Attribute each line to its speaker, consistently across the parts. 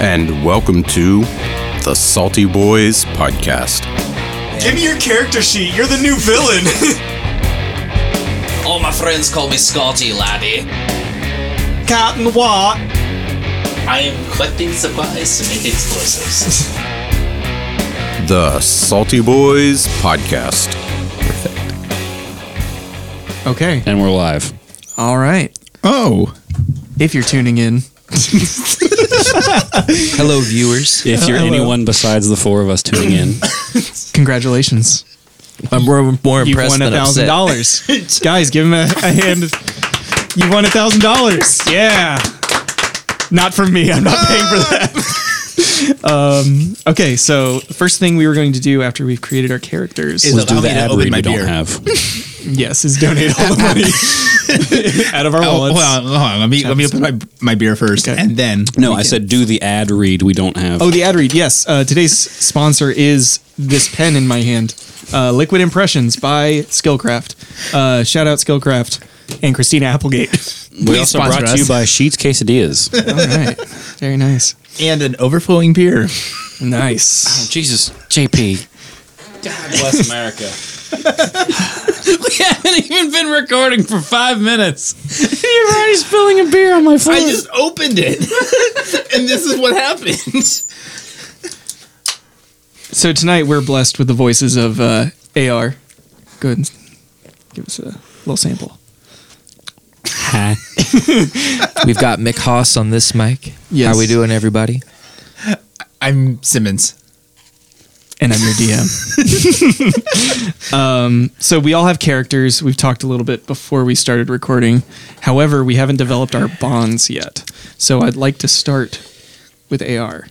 Speaker 1: and welcome to the Salty Boys Podcast.
Speaker 2: Give me your character sheet. You're the new villain.
Speaker 3: All my friends call me Scotty, laddie.
Speaker 2: Cotton Watt.
Speaker 3: I am collecting supplies to make explosives.
Speaker 1: The Salty Boys Podcast.
Speaker 4: Okay.
Speaker 5: And we're live.
Speaker 4: All right.
Speaker 6: Oh,
Speaker 4: If you're tuning in,
Speaker 7: Hello, viewers.
Speaker 5: If you're anyone besides the four of us tuning in,
Speaker 4: congratulations.
Speaker 7: I'm more, more
Speaker 6: you
Speaker 7: impressed
Speaker 6: won a
Speaker 7: than
Speaker 6: thousand
Speaker 7: upset.
Speaker 6: dollars, guys. Give him a, a hand. You won a thousand dollars. Yeah, not from me. I'm not paying for that. um, okay, so first thing we were going to do after we've created our characters,
Speaker 2: Is-
Speaker 5: let's do
Speaker 2: Allow
Speaker 5: the
Speaker 2: me to
Speaker 5: ad
Speaker 2: open
Speaker 5: read
Speaker 2: my
Speaker 5: we
Speaker 2: beer.
Speaker 5: don't have.
Speaker 6: yes, is donate all the money out of our
Speaker 2: Oh, hold
Speaker 6: wallets.
Speaker 2: on, hold on. Let me let me open my my beer first,
Speaker 6: Okay.
Speaker 2: and then
Speaker 5: No, I said do the ad read we don't have.
Speaker 6: Oh, the ad read. Yes, uh, today's sponsor is this pen in my hand, uh, Liquid Impressions by Skillcraft. Uh, shout out Skillcraft and Christina Applegate.
Speaker 5: we also brought to you by Sheets Quesadillas.
Speaker 6: all right, very nice,
Speaker 2: and an overflowing beer.
Speaker 6: nice.
Speaker 7: Jesus, JP.
Speaker 5: Oh, Bless America.
Speaker 7: We haven't even been recording for five minutes. You're already spilling a beer on my floor.
Speaker 3: I just opened it, and this is what happened.
Speaker 6: So tonight we're blessed with the voices of uh, AR. Go ahead and give us a little sample.
Speaker 7: Hi. We've got Mick Haas on this mic.
Speaker 6: Yes.
Speaker 7: How we doing, everybody?
Speaker 2: I'm Simmons.
Speaker 6: And I'm your DM. um, so we all have characters. We've talked a little bit before we started recording. However, we haven't developed our bonds yet. So I'd like to start with AR.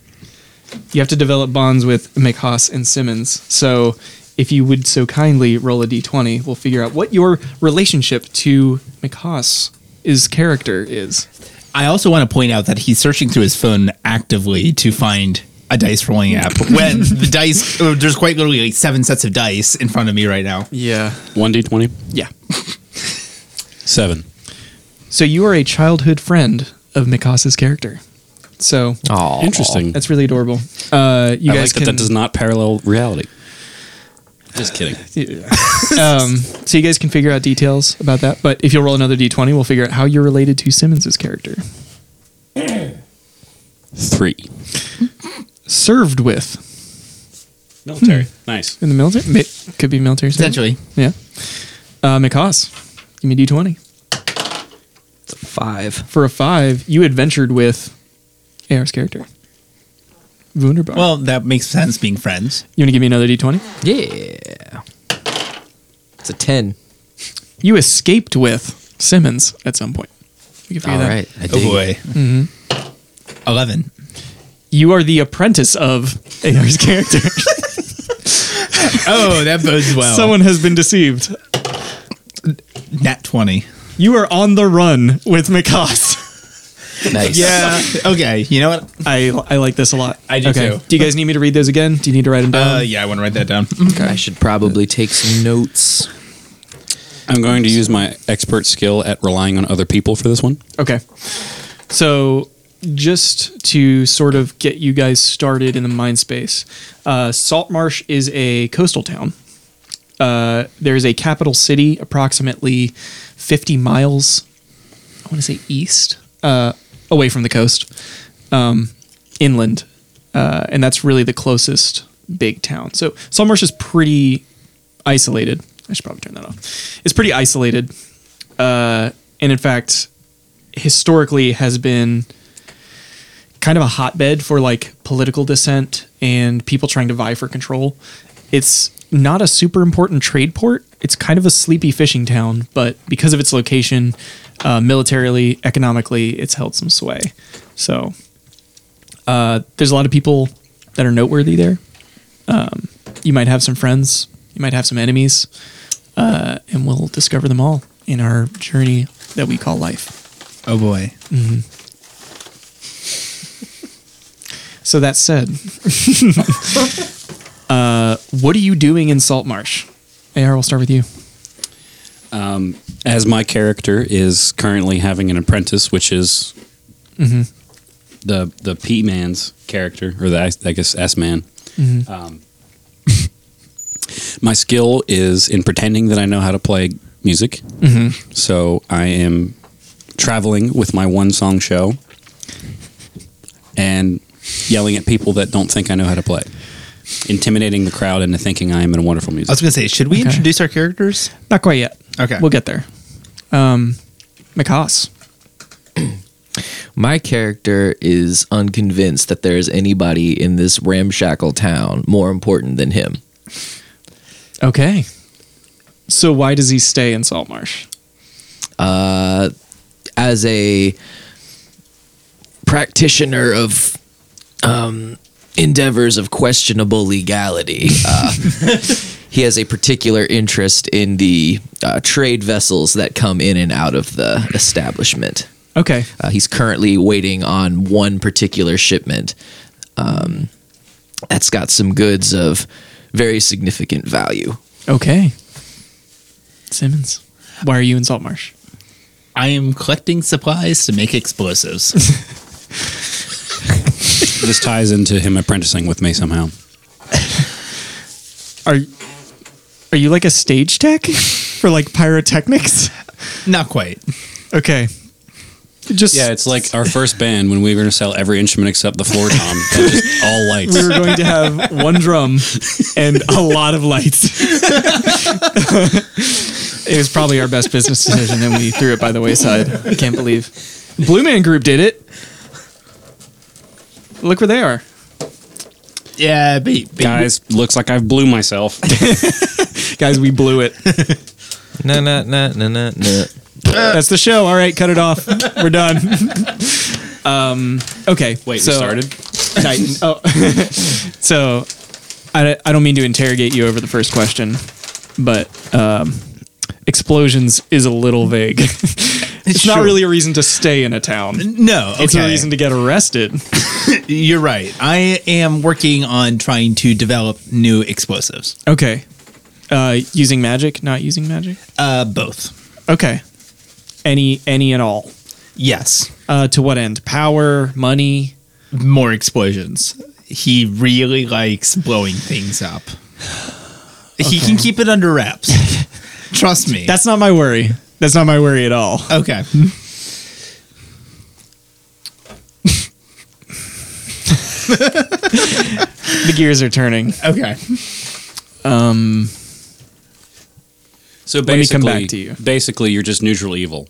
Speaker 6: You have to develop bonds with McHaas and Simmons. So if you would so kindly roll a d20, we'll figure out what your relationship to McHaas is character is.
Speaker 2: I also want to point out that he's searching through his phone actively to find a dice rolling app. When the dice, oh, there's quite literally like seven sets of dice in front of me right now.
Speaker 6: Yeah.
Speaker 5: One D twenty?
Speaker 6: Yeah.
Speaker 5: Seven.
Speaker 6: So you are a childhood friend of Mikas's character. So
Speaker 7: Oh,
Speaker 5: Interesting.
Speaker 6: that's really adorable. Uh, you
Speaker 5: I
Speaker 6: guys
Speaker 5: like that
Speaker 6: can,
Speaker 5: that does not parallel reality. Just kidding.
Speaker 6: um, so you guys can figure out details about that. But if you'll roll another d20, we'll figure out how you're related to Simmons's character.
Speaker 5: Three.
Speaker 6: Served with
Speaker 5: Military. Hmm. Nice.
Speaker 6: in the military, Mi- could be military. service.
Speaker 2: Potentially.
Speaker 6: yeah. Uh, Mikas, give me d20
Speaker 7: Five.
Speaker 6: for a five. You adventured with AR's character. Wunderbar.
Speaker 2: Well, that makes sense being friends.
Speaker 6: you want to give me another d20?
Speaker 7: Yeah. It's a ten.
Speaker 6: You escaped with Simmons at some point. We can figure
Speaker 7: All
Speaker 6: that out.
Speaker 7: right. I
Speaker 2: Oh
Speaker 7: dig it.
Speaker 2: boy. Mm-hmm. 11.
Speaker 6: you are the apprentice of AR's character.
Speaker 2: Oh, that bodes well.
Speaker 6: Someone has been deceived.
Speaker 2: Nat 20.
Speaker 6: You are on the run with Mikos.
Speaker 7: Nice.
Speaker 2: Yeah. Uh, okay. You know what?
Speaker 6: I, I like this a lot.
Speaker 2: I do too.
Speaker 6: Do you guys need me to read those again? Do you need to write them down?
Speaker 2: Uh, yeah, I want to write that down.
Speaker 7: I should probably take some notes.
Speaker 5: I'm going to use my expert skill at relying on other people for this one.
Speaker 6: Okay. So, just to sort of get you guys started in the mind space, uh, Saltmarsh is a coastal town. Uh, there is a capital city approximately 50 miles, I want to say east, uh, away from the coast, um, inland. Uh, and that's really the closest big town. So, Saltmarsh is pretty isolated. I should probably turn that off. It's pretty isolated. Uh, and in fact, historically has been kind of a hotbed for like political dissent and people trying to vie for control. It's not a super important trade port. It's kind of a sleepy fishing town, but because of its location, uh, militarily, economically, it's held some sway. So uh, there's a lot of people that are noteworthy there. Um, you might have some friends, you might have some enemies, uh, and we'll discover them all in our journey that we call life.
Speaker 2: Oh boy.
Speaker 6: So that said, uh, what are you doing in Saltmarsh? AR, we'll start with you.
Speaker 5: As my character is currently having an apprentice, which is the the P man's character or the I guess S man. Um, my skill is in pretending that I know how to play music. So I am traveling with my one song show and yelling at people that don't think I know how to play, intimidating the crowd into thinking I am in wonderful
Speaker 2: I
Speaker 5: music.
Speaker 2: was gonna say, should we introduce our characters?
Speaker 6: Not quite yet.
Speaker 2: Okay.
Speaker 6: We'll get there. Um, Makas.
Speaker 8: My character is unconvinced that there is anybody in this ramshackle town more important than him.
Speaker 6: Okay. So why does he stay in Saltmarsh?
Speaker 8: As a practitioner of um, endeavors of questionable legality, uh, he has a particular interest in the uh, trade vessels that come in and out of the establishment.
Speaker 6: Okay.
Speaker 8: Uh, he's currently waiting on one particular shipment um, that's got some goods of very significant value.
Speaker 6: Okay. Simmons. Why are you in Saltmarsh?
Speaker 2: I am collecting supplies to make explosives.
Speaker 5: this ties into him apprenticing with me somehow.
Speaker 6: Are are you like a stage tech for like pyrotechnics?
Speaker 2: Not quite.
Speaker 6: Okay. Just
Speaker 5: Yeah, it's like our first band when we were going to sell every instrument except the floor tom, and just all lights.
Speaker 6: we were going to have one drum and a lot of lights. it was probably our best business decision, and we threw it by the wayside. I can't believe Blue Man Group did it. Look where they are.
Speaker 2: Yeah, but, but
Speaker 5: Guys, looks like I've blew myself.
Speaker 6: Guys, we blew it.
Speaker 8: Na na na na na na.
Speaker 6: That's the show. All right, cut it off. We're done. um, okay.
Speaker 5: Wait,
Speaker 6: so,
Speaker 5: we started?
Speaker 6: Titan. Oh. so I, I don't mean to interrogate you over the first question, but um, explosions is a little vague. it's not
Speaker 2: Sure.
Speaker 6: really a reason to stay in a town.
Speaker 2: no, okay.
Speaker 6: It's a reason to get arrested.
Speaker 2: You're right. I am working on trying to develop new explosives.
Speaker 6: Okay. Uh, using magic, not using magic.
Speaker 2: Uh, both.
Speaker 6: Okay. Any any and all.
Speaker 2: Yes.
Speaker 6: Uh, to what end? Power, money.
Speaker 2: More explosions. He really likes blowing things up. He can keep it under wraps. Trust me.
Speaker 6: That's not my worry. That's not my worry at all.
Speaker 2: okay.
Speaker 6: The gears are turning.
Speaker 2: Okay.
Speaker 5: So
Speaker 6: Let me come
Speaker 5: basically,
Speaker 6: back to you.
Speaker 5: basically, you're just neutral evil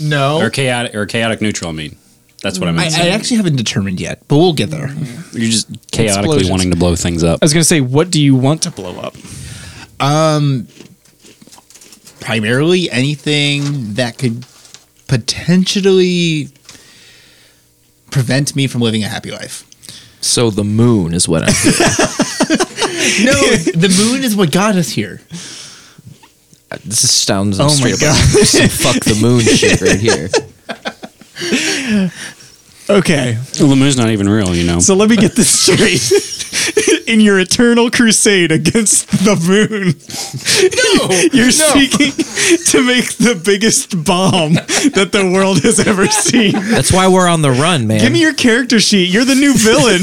Speaker 2: No.
Speaker 5: or chaotic or chaotic neutral. I mean, that's what I
Speaker 2: I,
Speaker 5: meant. to
Speaker 2: I
Speaker 5: say.
Speaker 2: actually haven't determined yet, but we'll get there.
Speaker 6: Mm-hmm.
Speaker 5: you're just chaotically
Speaker 6: Explosions.
Speaker 5: wanting to blow things up.
Speaker 6: I was gonna say, what do you want to blow up?
Speaker 2: primarily anything that could potentially prevent me from living a happy life.
Speaker 8: So the moon is what I'm.
Speaker 2: No, the moon is what got us here.
Speaker 8: this is- sounds
Speaker 6: Oh my
Speaker 8: straight up like some fuck the moon shit right here.
Speaker 6: Okay,
Speaker 5: Well, the moon's not even real, you know.
Speaker 6: so let me get this straight. In your eternal crusade against the moon, no, you're seeking to make the biggest bomb that the world has ever seen.
Speaker 8: That's why we're on the run, man.
Speaker 6: Give me your character sheet. You're the new villain.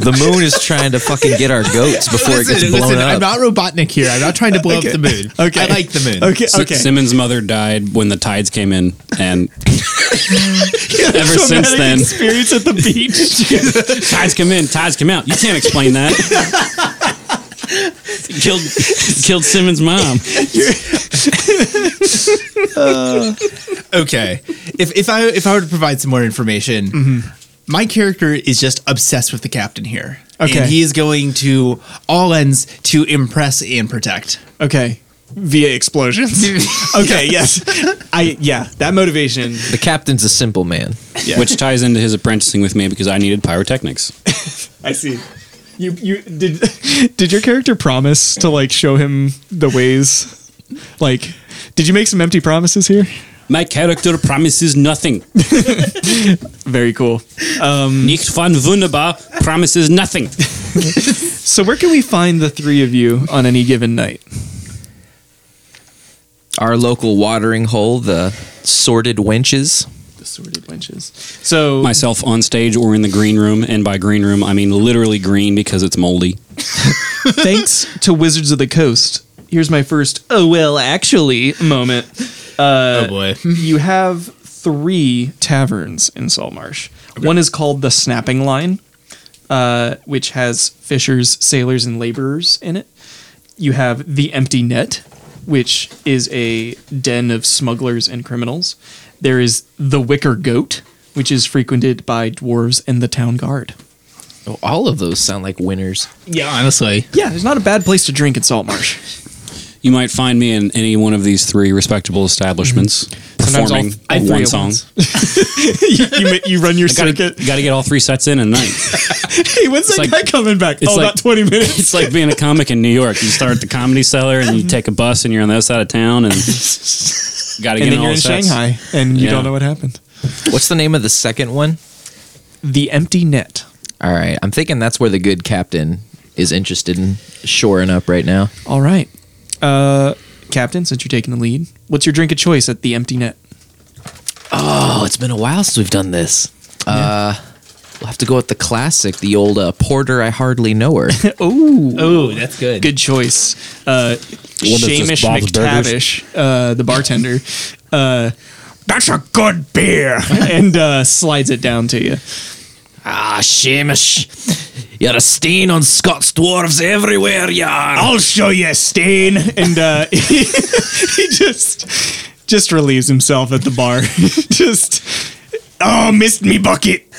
Speaker 8: the moon is trying to fucking get our goats before it gets blown up.
Speaker 2: I'm not Robotnik here. I'm not trying to blow up the moon.
Speaker 6: Okay.
Speaker 2: I like the moon.
Speaker 6: okay,
Speaker 5: Si-
Speaker 6: okay.
Speaker 5: Simmons' mother died when the tides came in, and ever since
Speaker 6: Traumatic
Speaker 5: then,
Speaker 6: experience at the beach.
Speaker 5: tides come in, tides come out. You can't explain that. killed killed Simmons' mom.
Speaker 2: Okay. If if I if I were to provide some more information, my character is just obsessed with the captain here.
Speaker 6: Okay.
Speaker 2: And he is going to all ends to impress and protect.
Speaker 6: okay, via explosions. Okay, yes, I yeah, that motivation.
Speaker 8: the captain's a simple man.
Speaker 5: Which ties into his apprenticing with me because I needed pyrotechnics.
Speaker 6: I see. You you did did your character promise to like show him the ways? Like, did you make some empty promises here?
Speaker 5: My character promises nothing.
Speaker 6: Very cool. Hmm.
Speaker 5: Nicht von wunderbar promises nothing.
Speaker 6: So where can we find the three of you on any given night?
Speaker 8: Our local watering hole, the sordid wenches.
Speaker 6: the sordid wenches. So
Speaker 5: myself on stage or in the green room, and by green room I mean literally green because it's moldy.
Speaker 6: thanks to Wizards of the Coast, here's my first oh well actually moment.
Speaker 2: Oh boy.
Speaker 6: You have three taverns in Saltmarsh. One is called the Snapping Line, uh, which has fishers, sailors, and laborers in it. You have the Empty Net, which is a den of smugglers and criminals. There is the Wicker Goat, which is frequented by dwarves and the town guard.
Speaker 8: Oh, all of those sound like winners.
Speaker 2: Yeah, honestly.
Speaker 6: Yeah, there's not a bad place to drink in Saltmarsh.
Speaker 5: You might find me in any one of these three respectable establishments
Speaker 6: Mm-hmm. Sometimes all-
Speaker 5: performing
Speaker 6: all three
Speaker 5: one
Speaker 6: at
Speaker 5: song.
Speaker 6: once. you, you, ma- you run your
Speaker 5: Got
Speaker 6: circuit.
Speaker 5: to get all three sets in a night.
Speaker 6: Hey, when's that
Speaker 5: like-
Speaker 6: guy coming back?
Speaker 5: it's
Speaker 6: Oh,
Speaker 5: like-
Speaker 6: about 20 minutes.
Speaker 5: It's like being a comic in New York. You start at the Comedy Cellar and you take a bus and you're on the other side of town and got to
Speaker 6: And
Speaker 5: get in
Speaker 6: then
Speaker 5: all
Speaker 6: you're in
Speaker 5: the sets.
Speaker 6: Shanghai and you
Speaker 5: Yeah.
Speaker 6: don't know what happened.
Speaker 8: What's the name of the second one?
Speaker 6: The empty net.
Speaker 8: All right, I'm thinking that's where the good captain is interested in shoring up right now.
Speaker 6: All right. Uh, Captain, since you're taking the lead, what's your drink of choice at the empty net?
Speaker 8: Oh, it's been a while since we've done this. Uh, we'll have to go with the classic, the old uh, porter. I hardly know her.
Speaker 2: Oh, that's good.
Speaker 6: Good choice. Uh,
Speaker 5: that's
Speaker 6: Shamish
Speaker 5: just Bob's
Speaker 6: McTavish, uh, the bartender. Uh, that's a good beer. and uh, slides it down to you.
Speaker 8: ah, Shamish. You're a stain on Scots dwarves everywhere, you are.
Speaker 6: I'll show you, Stain. And uh, he, he just just relieves himself at the bar. just oh, missed me bucket.
Speaker 8: I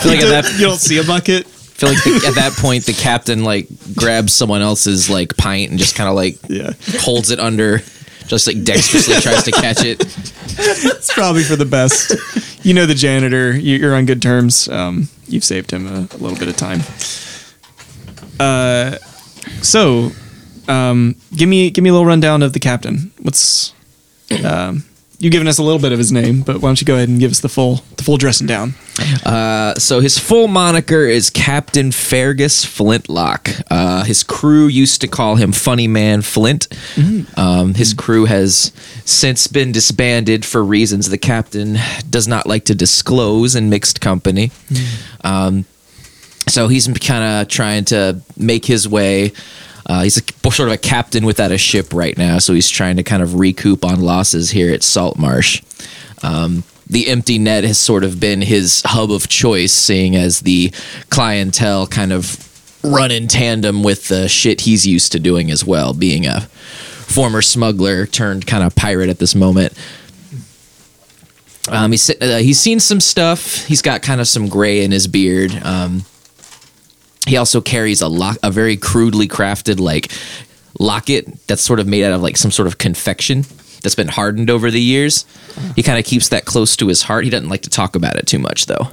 Speaker 8: feel like, at that,
Speaker 6: You don't see a bucket.
Speaker 8: I feel like the, at that point, the captain like grabs someone else's like pint and just kind of like
Speaker 6: Yeah,
Speaker 8: holds it under, just like dexterously tries to catch it.
Speaker 6: it's probably for the best. You know the janitor. you- You're on good terms. Um, you've saved him a, a little bit of time. Uh, so, um, give me give me a little rundown of the captain. What's um, you've given us a little bit of his name, but why don't you go ahead and give us the full the full dressing down?
Speaker 8: Uh, so his full moniker is Captain Fergus Flintlock. Uh, his crew used to call him Funny Man Flint. Um, his crew has since been disbanded for reasons the captain does not like to disclose in mixed company. Um, so he's kind of trying to make his way. Uh, he's a, sort of a captain without a ship right now, so he's trying to kind of recoup on losses here at Saltmarsh. Um, the empty net has sort of been his hub of choice, seeing as the clientele kind of run in tandem with the shit he's used to doing as well, being a former smuggler turned kind of pirate at this moment. Um, he's, uh, he's seen some stuff. He's got kind of some gray in his beard. Um, he also carries a lock, a very crudely crafted like locket that's sort of made out of like some sort of confection that's been hardened over the years. He kind of keeps that close to his heart. He doesn't like to talk about it too much though.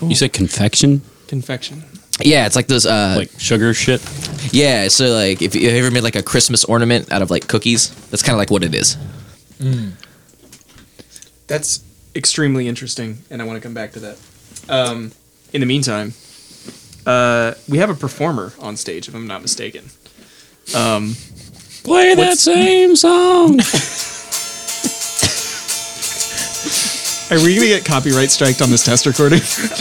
Speaker 5: You said confection?
Speaker 6: Confection.
Speaker 8: Yeah, it's like those. Uh,
Speaker 5: Like sugar shit?
Speaker 8: yeah, so like if you have you ever made like a Christmas ornament out of like cookies, that's kind of like what it is.
Speaker 6: That's extremely interesting, and I want to come back to that. Um, in the meantime, uh, we have a performer on stage, if I'm not mistaken.
Speaker 5: Play that same song.
Speaker 6: Are we gonna get copyright striked on this test recording?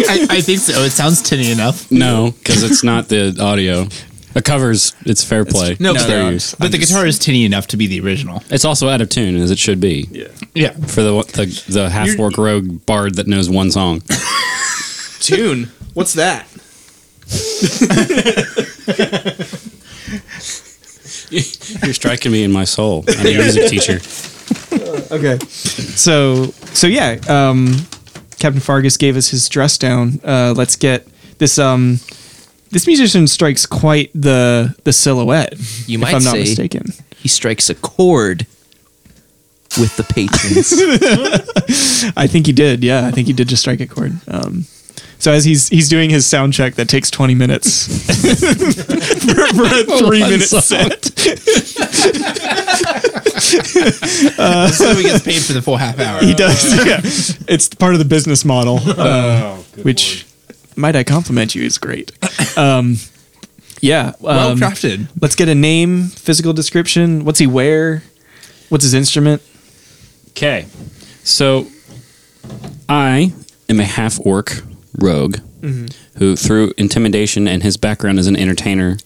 Speaker 2: I, I think so. It sounds tinny enough.
Speaker 5: No, because it's not the audio. The covers, it's fair play.
Speaker 2: No,
Speaker 5: it's
Speaker 2: but-
Speaker 5: fair
Speaker 2: no,
Speaker 5: use.
Speaker 2: But the guitar is tinny enough to be the original.
Speaker 5: It's also out of tune as it should be
Speaker 6: yeah.
Speaker 2: Yeah.
Speaker 5: for the the, the half orc rogue bard that knows one song.
Speaker 6: Tune. What's that?
Speaker 5: You're striking me in my soul. I'm a music teacher.
Speaker 6: Okay. So so yeah, um, Captain Fargus gave us his dress down. Uh, let's get this. Um, this musician strikes quite the the silhouette.
Speaker 8: You
Speaker 6: if
Speaker 8: might
Speaker 6: I'm not
Speaker 8: say-
Speaker 6: mistaken.
Speaker 8: He strikes a chord with the patrons.
Speaker 6: I think he did. Yeah, I think he did just strike a chord. Um, so as he's he's doing his sound check that takes twenty minutes for, for a three minute set.
Speaker 2: So he gets paid for the full half hour.
Speaker 6: He does. Yeah, it's part of the business model, uh, which might I compliment you is great. Um, yeah.
Speaker 2: Well
Speaker 6: um,
Speaker 2: crafted.
Speaker 6: let's get a name, physical description. What's he wear? What's his instrument?
Speaker 5: Okay. So I am a half orc rogue who, through intimidation and his background as an entertainer,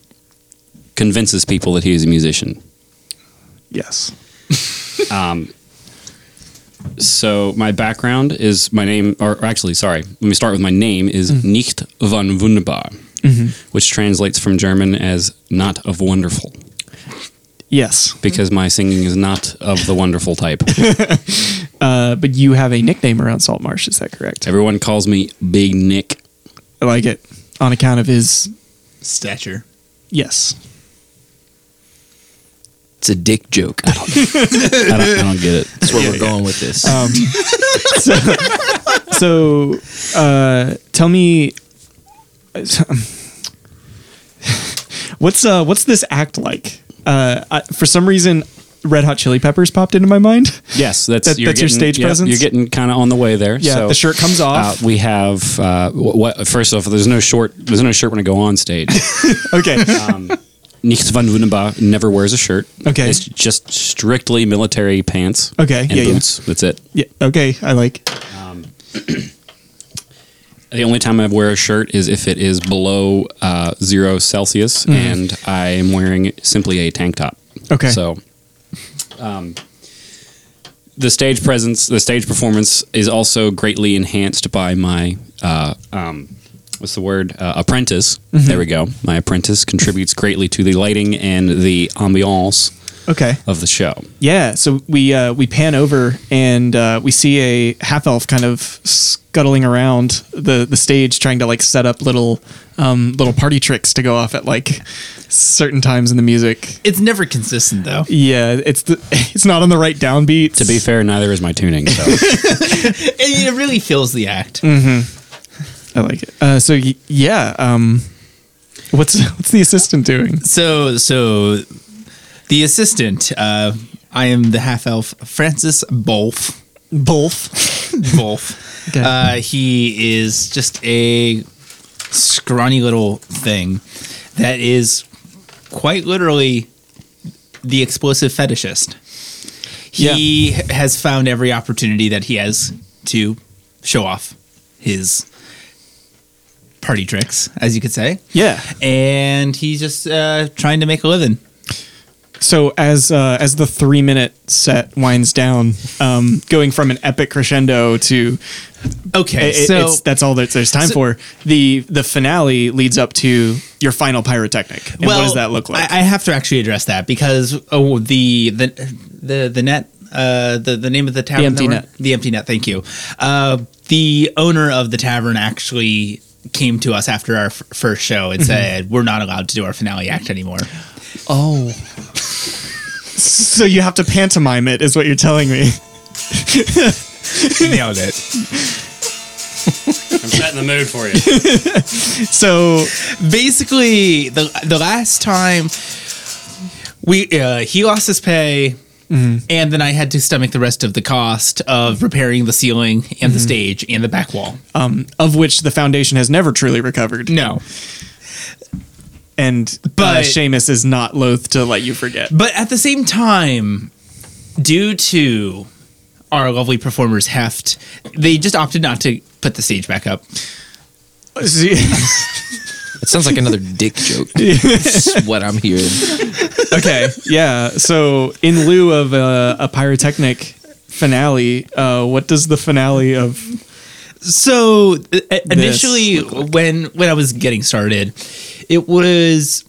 Speaker 5: convinces people that he is a musician.
Speaker 6: Yes.
Speaker 5: Um, So my background is my name, or actually, sorry, let me start with my name is
Speaker 6: Mm-hmm.
Speaker 5: Nicht von Wunderbar, which translates from German as not of wonderful.
Speaker 6: Yes.
Speaker 5: Because my singing is not of the wonderful type.
Speaker 6: Uh, but you have a nickname around Salt Marsh, is that correct?
Speaker 5: Everyone calls me Big Nick.
Speaker 6: I like it. On account of his.
Speaker 2: Stature.
Speaker 6: Yes.
Speaker 8: It's a dick joke.
Speaker 5: I don't, I don't get it.
Speaker 8: That's where we're going with this.
Speaker 6: Uh, So uh, tell me. What's uh what's this act like? Uh, I, for some reason, Red Hot Chili Peppers popped into my mind.
Speaker 5: Yes, that's
Speaker 6: That- that's your stage
Speaker 5: yeah,
Speaker 6: presence?
Speaker 5: You're getting kind of on the way there.
Speaker 6: Yeah,
Speaker 5: so,
Speaker 6: the shirt comes
Speaker 5: Uh,
Speaker 6: off.
Speaker 5: we have uh, what, what? First off, there's no short. There's no shirt when I go on stage.
Speaker 6: uh, okay,
Speaker 5: Nichts van Wunderbar never wears a shirt.
Speaker 6: Okay.
Speaker 5: it's just strictly military pants.
Speaker 6: Okay,
Speaker 5: and
Speaker 6: yeah, yeah.
Speaker 5: boots. That's it.
Speaker 6: yeah, okay. I like
Speaker 5: The only time I wear a shirt is if it is below uh, zero Celsius, and I am wearing simply a tank top.
Speaker 6: Mm-hmm. Okay.
Speaker 5: So, um, the stage presence, the stage performance is also greatly enhanced by my, uh, um, what's the word? Uh, apprentice.
Speaker 6: Mm-hmm.
Speaker 5: There we go. My apprentice contributes greatly to the lighting and the ambiance
Speaker 6: okay.
Speaker 5: of the show.
Speaker 6: Yeah, so we uh, we pan over and uh, we see a half elf kind of scuttling around the, the stage, trying to like set up little um, little party tricks to go off at like certain times in the music.
Speaker 2: It's never consistent though.
Speaker 6: Yeah, it's the it's not on the right downbeat.
Speaker 5: To be fair, neither is my tuning. So,
Speaker 2: It, it really fills the act.
Speaker 6: I like it. Uh, so y- yeah, um, what's what's the assistant doing?
Speaker 2: So, so the assistant. Uh, I am the half elf Francis Bolf. Bolf. Bolf.
Speaker 6: Okay.
Speaker 2: Uh, he is just a scrawny little thing that is quite literally the explosive fetishist. He has found every opportunity that he has to show off his party tricks, as you could say
Speaker 6: Yeah.
Speaker 2: and he's just uh, trying to make a living.
Speaker 6: So as uh, as the three minute set winds down, um, going from an epic crescendo to
Speaker 2: Okay,
Speaker 6: it- it-
Speaker 2: so
Speaker 6: it's, that's all that there's time
Speaker 2: so-
Speaker 6: for. The the finale leads up to your final pyrotechnic. And what does that look like?
Speaker 2: I, I have to actually address that because oh, the the the the net. Uh, the the name of the tavern,
Speaker 6: Empty
Speaker 2: that we're-
Speaker 6: Net.
Speaker 2: the empty net. Thank you. Uh, the owner of the tavern actually came to us after our f- first show
Speaker 6: Mm-hmm.
Speaker 2: and said, "We're not allowed to do our finale act anymore."
Speaker 6: oh. so you have to pantomime it is what you're telling me.
Speaker 2: Nailed it.
Speaker 5: I'm setting the mood for you.
Speaker 6: So
Speaker 2: Basically, the the last time we uh, he lost his pay, and then I had to stomach the rest of the cost of repairing the ceiling and the stage and the back wall.
Speaker 6: um, of which the foundation has never truly recovered.
Speaker 2: No,
Speaker 6: And uh,
Speaker 2: But-
Speaker 6: Seamus is not loath to let you forget.
Speaker 2: but at the same time, due to our lovely performers' heft, they just opted not to put the stage back up.
Speaker 8: It sounds like another dick joke. That's what I'm hearing.
Speaker 6: okay yeah so in lieu of uh, a pyrotechnic finale uh, what does the finale of
Speaker 2: So uh, initially, when when I was getting started, it was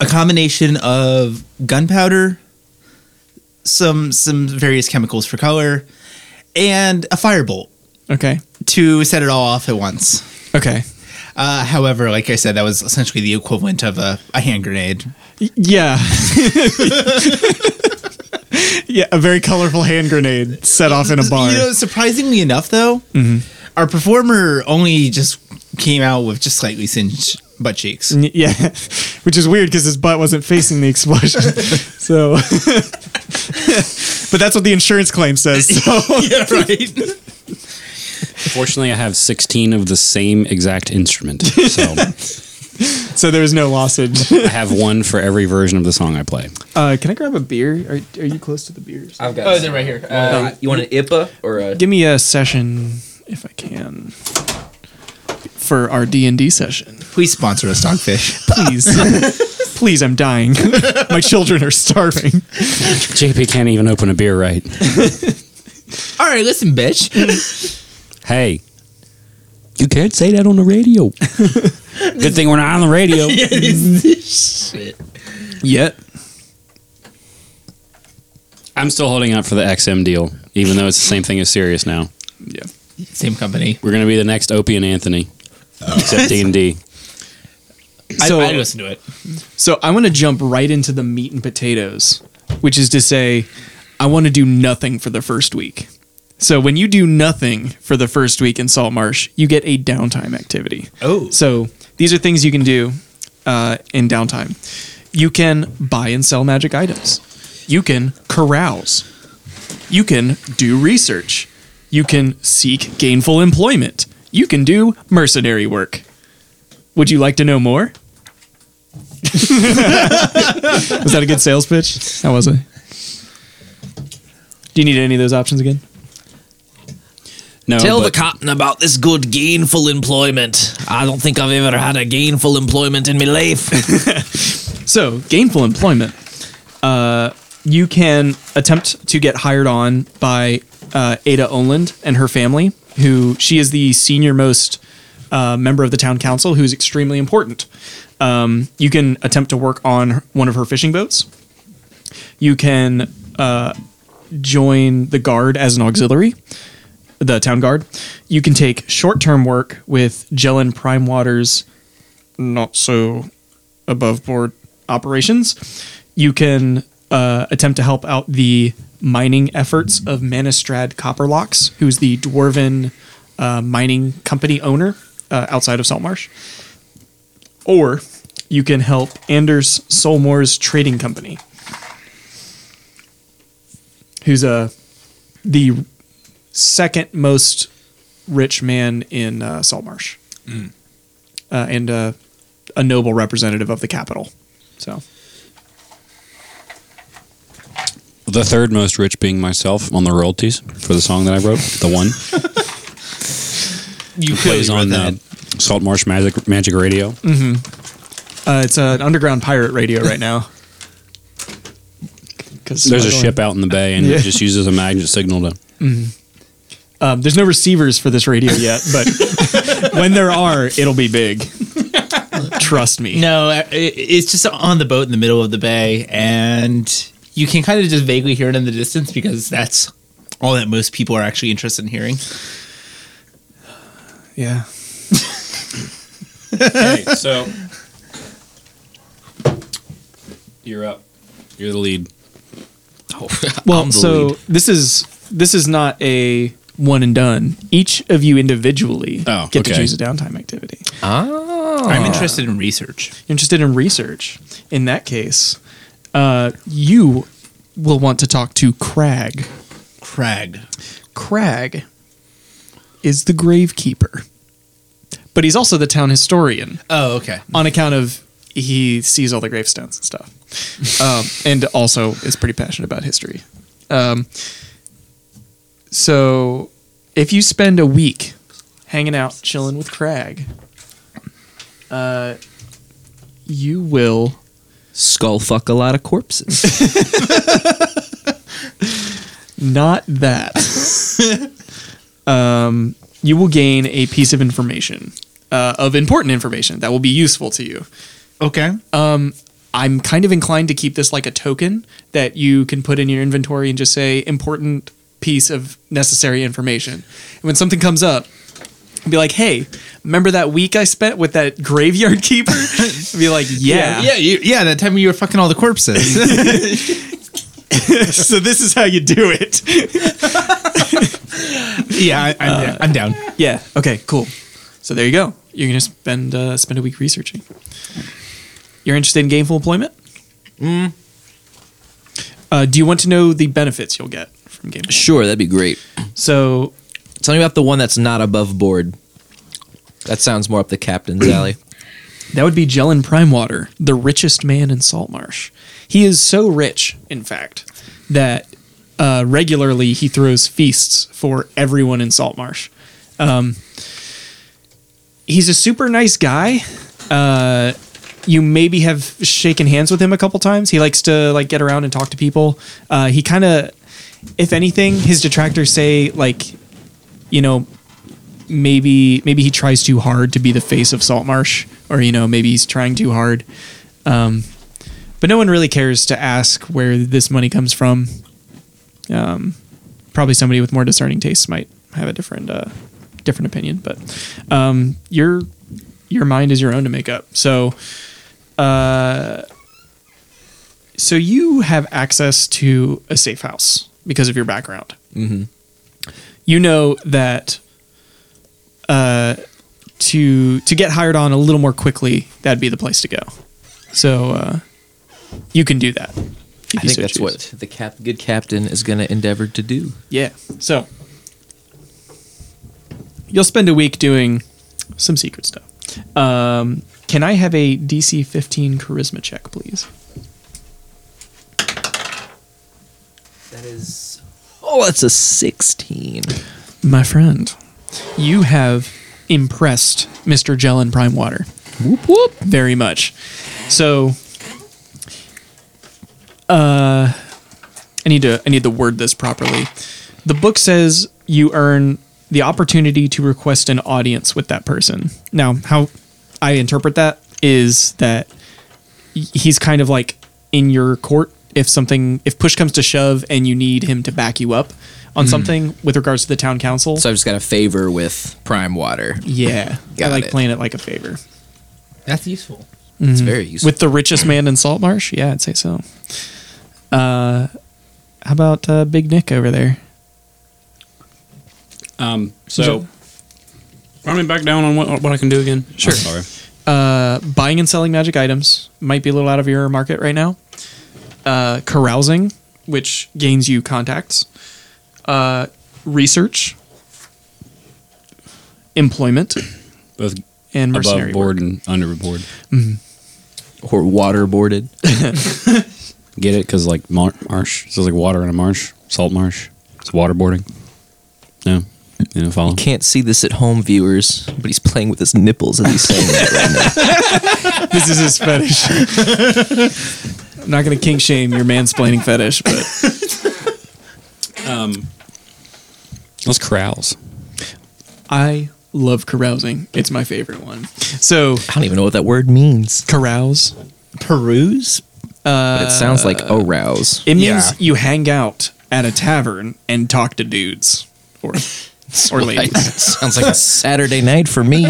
Speaker 2: a combination of gunpowder, some some various chemicals for color, and a firebolt
Speaker 6: okay
Speaker 2: to set it all off at once.
Speaker 6: okay
Speaker 2: Uh, however, like I said, that was essentially the equivalent of a, a hand grenade.
Speaker 6: yeah yeah a very colorful hand grenade set off in a bar Mm-hmm.
Speaker 2: You know, surprisingly enough, though, our performer only just came out with just slightly singed butt cheeks.
Speaker 6: N- yeah which is weird because his butt wasn't facing the explosion so but that's what the insurance claim says so
Speaker 2: Yeah, right.
Speaker 5: Fortunately, I have 16 of the same exact instrument. So
Speaker 6: so there's no lossage.
Speaker 5: I have one for every version of the song I play.
Speaker 6: Uh, can I grab a beer? Are, are you close to the beers?
Speaker 8: I've got.
Speaker 3: they're Oh, right here. Uh,
Speaker 8: you want an IPA or a?
Speaker 6: Give me a session if I can for our D and D session,
Speaker 2: Please sponsor us, Dogfish.
Speaker 6: please. please, I'm dying. My children are starving.
Speaker 5: JP can't even open a beer right.
Speaker 2: All right, listen, bitch.
Speaker 5: Hey, you can't say that on the radio. Good thing we're not on the radio.
Speaker 6: Yet.
Speaker 5: I'm still holding out for the XM deal, even though it's the same thing as Sirius now.
Speaker 6: Yeah.
Speaker 2: Same company.
Speaker 5: We're gonna be the next Opie and Anthony, except D and D.
Speaker 6: So-
Speaker 2: I, I listen to it.
Speaker 6: So I want to jump right into the meat and potatoes, which is to say, I want to do nothing for the first week. So when you do nothing for the first week in Saltmarsh, you get a downtime activity.
Speaker 2: Oh.
Speaker 6: So these are things you can do uh, in downtime. You can buy and sell magic items. You can carouse. You can do research. You can seek gainful employment. You can do mercenary work. Would you like to know more? Was that a good sales pitch? That was it. Do you need any of those options again?
Speaker 5: No,
Speaker 8: Tell the
Speaker 5: but
Speaker 8: captain about this good gainful employment. I don't think I've ever had a gainful employment in my life.
Speaker 6: So, gainful employment. Uh, you can attempt to get hired on by uh, Ada Onland and her family, who she is the senior most uh, member of the town council, who is extremely important. Um, you can attempt to work on one of her fishing boats. You can uh, join the guard as an auxiliary, the town guard. You can take short term work with Jelen Primewater's not so above board operations. You can uh, attempt to help out the mining efforts of Manistrad Copperlocks, who's the dwarven uh, mining company owner uh, outside of Saltmarsh. Or you can help Anders Solmore's trading company, who's uh, the second most rich man in uh, Saltmarsh. Uh, and uh, a noble representative of the capital. So
Speaker 5: the third most rich being myself on the royalties for the song that I wrote, the one
Speaker 2: You
Speaker 5: plays on the Salt Marsh Magic Magic Radio.
Speaker 6: uh, it's an underground pirate radio right now. Because
Speaker 5: There's a ship out in the bay, and it just uses a magnet signal to.
Speaker 6: Um, there's no receivers for this radio yet, but when there are, it'll be big. Trust me.
Speaker 2: No, i- i- it's just on the boat in the middle of the bay, and you can kind of just vaguely hear it in the distance because that's all that most people are actually interested in hearing.
Speaker 6: Yeah.
Speaker 5: Hey, so you're up. You're the lead.
Speaker 6: Well, so this is this is not a one and done. Each of you individually
Speaker 5: Oh,
Speaker 6: get to
Speaker 5: okay.
Speaker 6: choose a downtime activity.
Speaker 2: I'm interested in research.
Speaker 6: You're interested in research. In that case, uh, you will want to talk to Crag.
Speaker 2: Crag.
Speaker 6: Crag is the gravekeeper, but he's also the town historian
Speaker 2: Oh, okay.
Speaker 6: on account of he sees all the gravestones and stuff, um, and also is pretty passionate about history. Um, so, if you spend a week hanging out, chilling with Crag, uh, you will
Speaker 8: Skull fuck a lot of corpses.
Speaker 6: Not that. um, you will gain a piece of information, uh, of important information that will be useful to you.
Speaker 2: Okay.
Speaker 6: I'm kind of inclined to keep this like a token that you can put in your inventory and just say important piece of necessary information. And when something comes up, be like, hey, remember that week I spent with that graveyard keeper? be like, yeah.
Speaker 2: yeah, you, yeah. That time you were fucking all the corpses.
Speaker 6: so this is how you do it.
Speaker 2: yeah, I, I'm, I'm down.
Speaker 6: Yeah. Okay. Cool. So there you go. You're gonna spend uh, spend a week researching. You're interested in gainful employment. Mm. Uh, do you want to know the benefits you'll get from gainful?
Speaker 8: sure, that'd be great.
Speaker 6: So
Speaker 8: Tell me about the one that's not above board. That sounds more up the captain's alley.
Speaker 6: That would be Jellin Primewater, the richest man in Saltmarsh. He is so rich, in fact, that uh, regularly he throws feasts for everyone in Saltmarsh. Um, he's a super nice guy. Uh, you maybe have shaken hands with him a couple times. He likes to like get around and talk to people. Uh, he kind of, if anything, his detractors say like, you know, maybe maybe he tries too hard to be the face of Saltmarsh, or you know, maybe he's trying too hard. Um, but no one really cares to ask where this money comes from. Um, probably somebody with more discerning tastes might have a different uh, different opinion, but um, your your mind is your own to make up. So, uh, so you have access to a safe house because of your background. Mm-hmm. You know that uh, to to get hired on a little more quickly, that'd be the place to go. So uh, you can do that. if
Speaker 8: I
Speaker 6: you
Speaker 8: think
Speaker 6: so
Speaker 8: that's
Speaker 6: choose.
Speaker 8: what the cap, good captain is going to endeavor to do.
Speaker 6: Yeah. So you'll spend a week doing some secret stuff. Um, can I have a DC 15 charisma check, please?
Speaker 8: That is. Oh, that's a 16.
Speaker 6: My friend, you have impressed Mr. Jellin Primewater. Whoop whoop. Very much. So uh I need to I need to word this properly. The book says you earn the opportunity to request an audience with that person. Now, how I interpret that is that he's kind of like in your court if something if push comes to shove and you need him to back you up on something with regards to the town council.
Speaker 8: So I've just got a favor with Prime Water.
Speaker 6: yeah, I
Speaker 8: Got
Speaker 6: like
Speaker 8: it.
Speaker 6: playing it like a favor.
Speaker 2: That's useful.
Speaker 8: It's very useful.
Speaker 6: With the richest man in Saltmarsh, yeah, I'd say so. Uh, how about uh, Big Nick over there?
Speaker 5: Um, So, run me back down on what, what I can do again. Sure. sorry.
Speaker 6: buying and selling magic items might be a little out of your market right now. Uh, carousing, which gains you contacts. Uh, research, employment,
Speaker 5: Both
Speaker 6: and mercenary
Speaker 5: above
Speaker 6: work.
Speaker 5: board and under board.
Speaker 8: or waterboarded.
Speaker 5: Get it? Because like mar- marsh, so it's like water in a marsh, salt marsh. It's waterboarding. No, you know, follow.
Speaker 8: Can't see this at home, viewers, but he's playing with his nipples as he's saying that.
Speaker 6: this is his fetish. I'm not going to kink shame your mansplaining fetish, but um,
Speaker 5: Let's carouse.
Speaker 6: I love carousing. It's my favorite one. So
Speaker 8: I don't even know what that word means.
Speaker 6: carouse.
Speaker 2: Peruse?
Speaker 8: But it sounds like oh, arouse.
Speaker 6: It means you hang out at a tavern and talk to dudes or or ladies.
Speaker 8: sounds like a Saturday night for me.
Speaker 2: or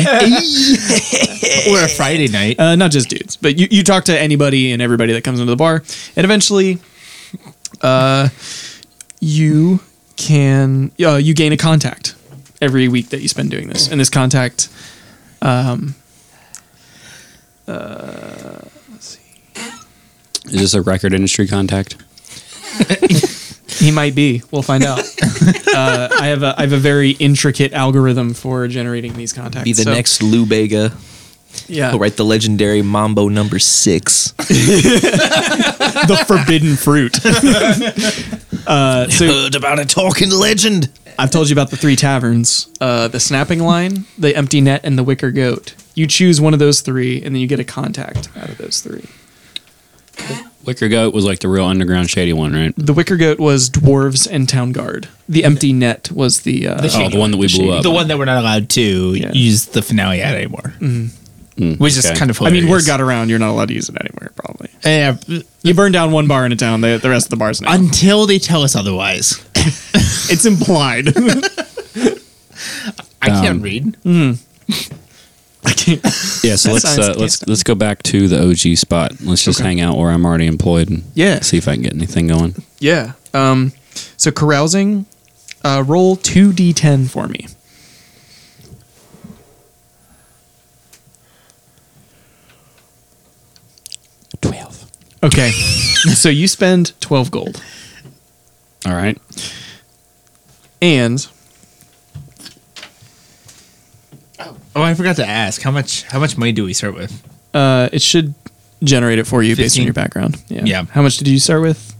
Speaker 2: a Friday night.
Speaker 6: Uh, not just dudes, but you, you talk to anybody and everybody that comes into the bar, and eventually, uh, you can uh, you gain a contact every week that you spend doing this, and this contact, um, uh,
Speaker 5: Is this a record industry contact?
Speaker 6: he might be. We'll find out. uh, I have a I have a very intricate algorithm for generating these contacts.
Speaker 8: Be the
Speaker 6: So,
Speaker 8: next Lou Bega.
Speaker 6: yeah,
Speaker 8: He'll write the legendary Mambo number six.
Speaker 6: the forbidden fruit. uh, so
Speaker 8: Heard about a talking legend.
Speaker 6: I've told you about the three taverns: uh, the snapping line, the empty net, and the wicker goat. You choose one of those three, and then you get a contact out of those three.
Speaker 5: Wicker Goat was like the real underground shady one, right?
Speaker 6: The wicker goat was dwarves and town guard. The empty net was the, uh,
Speaker 5: Oh, the one that we blew up.
Speaker 2: the one that we're not allowed to
Speaker 6: Yeah.
Speaker 2: use the finale at anymore. Which is
Speaker 5: okay.
Speaker 2: kind of
Speaker 6: I
Speaker 2: hilarious.
Speaker 6: mean, word got around. You're not allowed to use it anywhere. Probably
Speaker 2: Yeah,
Speaker 6: you burn down one bar in a town. The, the rest of the bars now.
Speaker 2: until they tell us otherwise.
Speaker 6: it's implied.
Speaker 2: I can't read.
Speaker 5: Yeah, so let's
Speaker 6: sounds-
Speaker 5: uh, let's let's go back to the OG spot. Let's just hang out where I'm already employed and
Speaker 6: Yeah.
Speaker 5: see if I can get anything going.
Speaker 6: yeah. Um, so carousing. Uh, roll two d10 for me.
Speaker 5: Twelve.
Speaker 6: Okay. so you spend 12 gold.
Speaker 5: All right.
Speaker 6: And
Speaker 2: Oh, I forgot to ask how much how much money do we start with?
Speaker 6: Uh, it should generate it for you based on
Speaker 2: 15?
Speaker 6: your background. Yeah.
Speaker 2: Yeah.
Speaker 6: How much did you start with?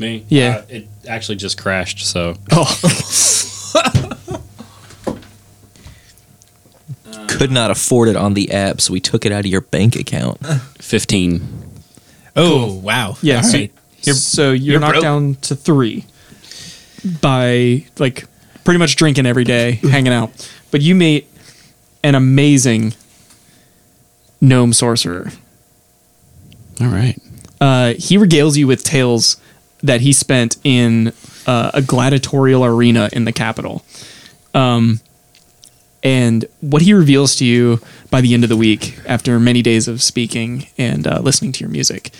Speaker 5: Me?
Speaker 6: Yeah.
Speaker 5: Uh, it actually just crashed, so.
Speaker 8: Could not afford it on the app, so we took it out of your bank account.
Speaker 5: 15.
Speaker 2: Oh wow.
Speaker 6: Yeah.
Speaker 2: All
Speaker 6: so,
Speaker 2: right. You're-
Speaker 6: so you're,
Speaker 2: you're
Speaker 6: knocked
Speaker 2: broke.
Speaker 6: down to three by like pretty much drinking every day, hanging out. But you meet an amazing gnome sorcerer.
Speaker 5: All right.
Speaker 6: Uh, he regales you with tales that he spent in uh, a gladiatorial arena in the capital. Um, and what he reveals to you by the end of the week, after many days of speaking and uh, listening to your music,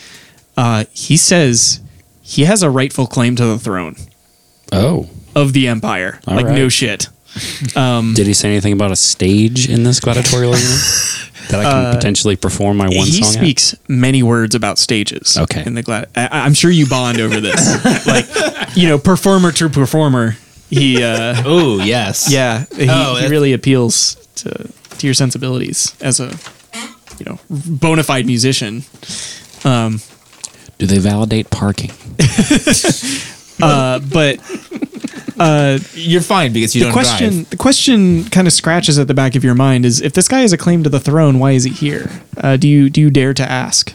Speaker 6: uh, he says he has a rightful claim to the throne
Speaker 5: Oh.
Speaker 6: of the empire.
Speaker 5: All
Speaker 6: like,
Speaker 5: right.
Speaker 6: no shit.
Speaker 5: Did he say anything about a stage in this gladiatorial arena that I can potentially perform my one
Speaker 6: he
Speaker 5: song at?
Speaker 6: speaks many words about stages.
Speaker 5: Okay.
Speaker 6: In the glad, I, I'm sure you bond over this. like, you know, performer to performer. He, uh,
Speaker 2: Oh yes.
Speaker 6: yeah, he,
Speaker 2: Oh,
Speaker 6: he
Speaker 2: that's-
Speaker 6: really appeals to to your sensibilities as a, you know, bona fide musician.
Speaker 5: Do they validate parking?
Speaker 6: Uh, But
Speaker 2: You're fine because you
Speaker 6: the
Speaker 2: don't
Speaker 6: question,
Speaker 2: drive.
Speaker 6: the question, kind of scratches at the back of your mind is: if this guy has a claim to the throne, why is he here? Uh, do you do you dare to ask?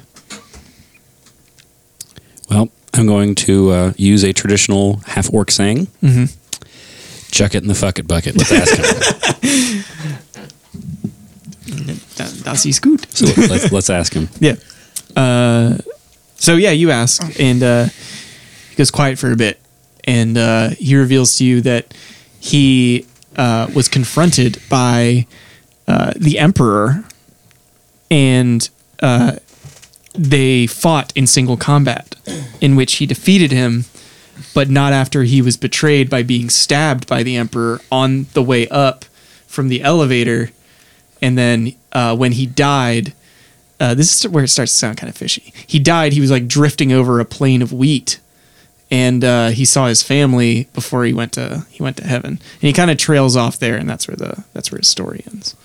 Speaker 5: Well, I'm going to uh, use a traditional half orc saying. Mm-hmm. Chuck it in the fuck it bucket. Let's ask him.
Speaker 6: That, that's his good.
Speaker 5: so let's, let's ask him.
Speaker 6: Yeah. Uh, so yeah, you ask, and uh, he goes quiet for a bit, and uh, he reveals to you that he uh, was confronted by uh, the emperor, and uh, they fought in single combat, in which he defeated him, but not after he was betrayed by being stabbed by the emperor on the way up from the elevator, and then uh, when he died uh, this is where it starts to sound kind of fishy. He died. He was like drifting over a plain of wheat, and uh, he saw his family before he went to he went to heaven. And he kind of trails off there, and that's where the that's where his story ends.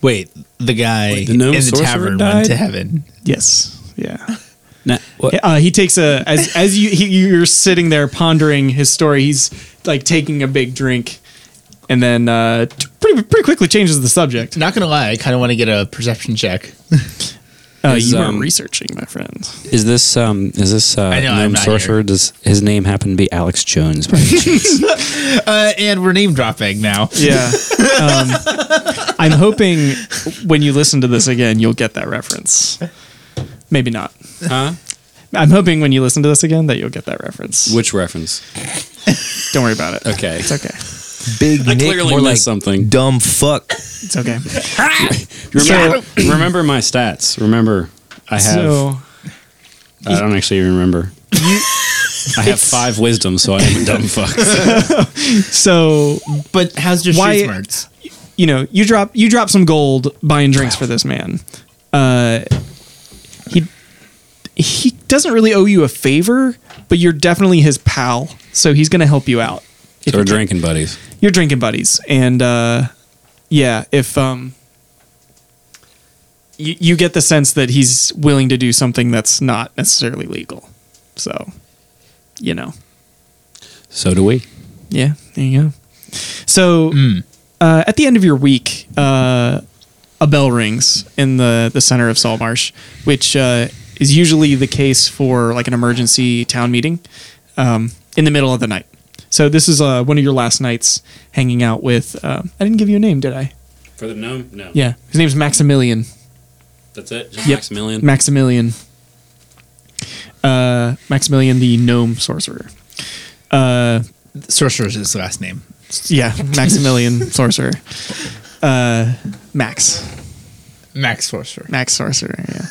Speaker 2: Wait, the guy
Speaker 5: the
Speaker 2: in
Speaker 5: gnome
Speaker 2: the
Speaker 5: sorcerer
Speaker 2: tavern
Speaker 5: died?
Speaker 2: went to heaven.
Speaker 6: Yes, yeah.
Speaker 5: Nah, what?
Speaker 6: Uh, he takes a as as you he, you're sitting there pondering his story. He's like taking a big drink, and then uh, t- pretty pretty quickly changes the subject.
Speaker 2: Not gonna lie, I kind of want to get a perception check.
Speaker 6: Uh,
Speaker 5: Is,
Speaker 6: you were
Speaker 5: um,
Speaker 6: researching, my friend.
Speaker 5: Is this um is this uh,
Speaker 2: I know, I'm
Speaker 5: gnome
Speaker 2: not
Speaker 5: sorcerer?
Speaker 2: here.
Speaker 5: Does his name happen to be Alex Jones? by any chance?
Speaker 2: Uh, and we're name dropping now.
Speaker 6: Yeah. Um, I'm hoping when you listen to this again, you'll get that reference. Maybe not. Huh? I'm hoping when you listen to this again that you'll get that reference.
Speaker 5: Which reference?
Speaker 6: Don't worry about it.
Speaker 5: Okay.
Speaker 6: It's okay.
Speaker 8: Big
Speaker 5: I
Speaker 8: Nick,
Speaker 5: clearly
Speaker 8: more
Speaker 5: missed
Speaker 8: like
Speaker 5: something.
Speaker 8: dumb fuck.
Speaker 6: It's okay.
Speaker 5: Remember, remember my stats. Remember, I have.
Speaker 6: So
Speaker 5: I don't actually even remember. I have five wisdom, so I am a dumb fuck.
Speaker 6: so
Speaker 2: But how's your
Speaker 6: Why-
Speaker 2: street smarts?
Speaker 6: you know, you drop you drop some gold buying drinks for this man. Uh, he he doesn't really owe you a favor, but you're definitely his pal, so he's going to help you out.
Speaker 5: so we're drinking buddies.
Speaker 6: you're drinking buddies and uh yeah if um you, you get the sense that he's willing to do something that's not necessarily legal so you know
Speaker 5: So do we.
Speaker 6: yeah there you go so uh, at the end of your week uh a bell rings in the the center of Saltmarsh, which uh, is usually the case for like an emergency town meeting um, in the middle of the night. So this is uh, one of your last nights hanging out with. Uh, I didn't give you a name, did I?
Speaker 5: For the gnome, no.
Speaker 6: Yeah, his name's Maximilian.
Speaker 5: That's it. Just
Speaker 6: Yep.
Speaker 5: Maximilian.
Speaker 6: Maximilian. Uh, Maximilian, the gnome sorcerer.
Speaker 2: Sorcerer's his last name.
Speaker 6: Yeah, Maximilian sorcerer. Uh, Max.
Speaker 2: Max Sorcerer.
Speaker 6: Max Sorcerer, yeah.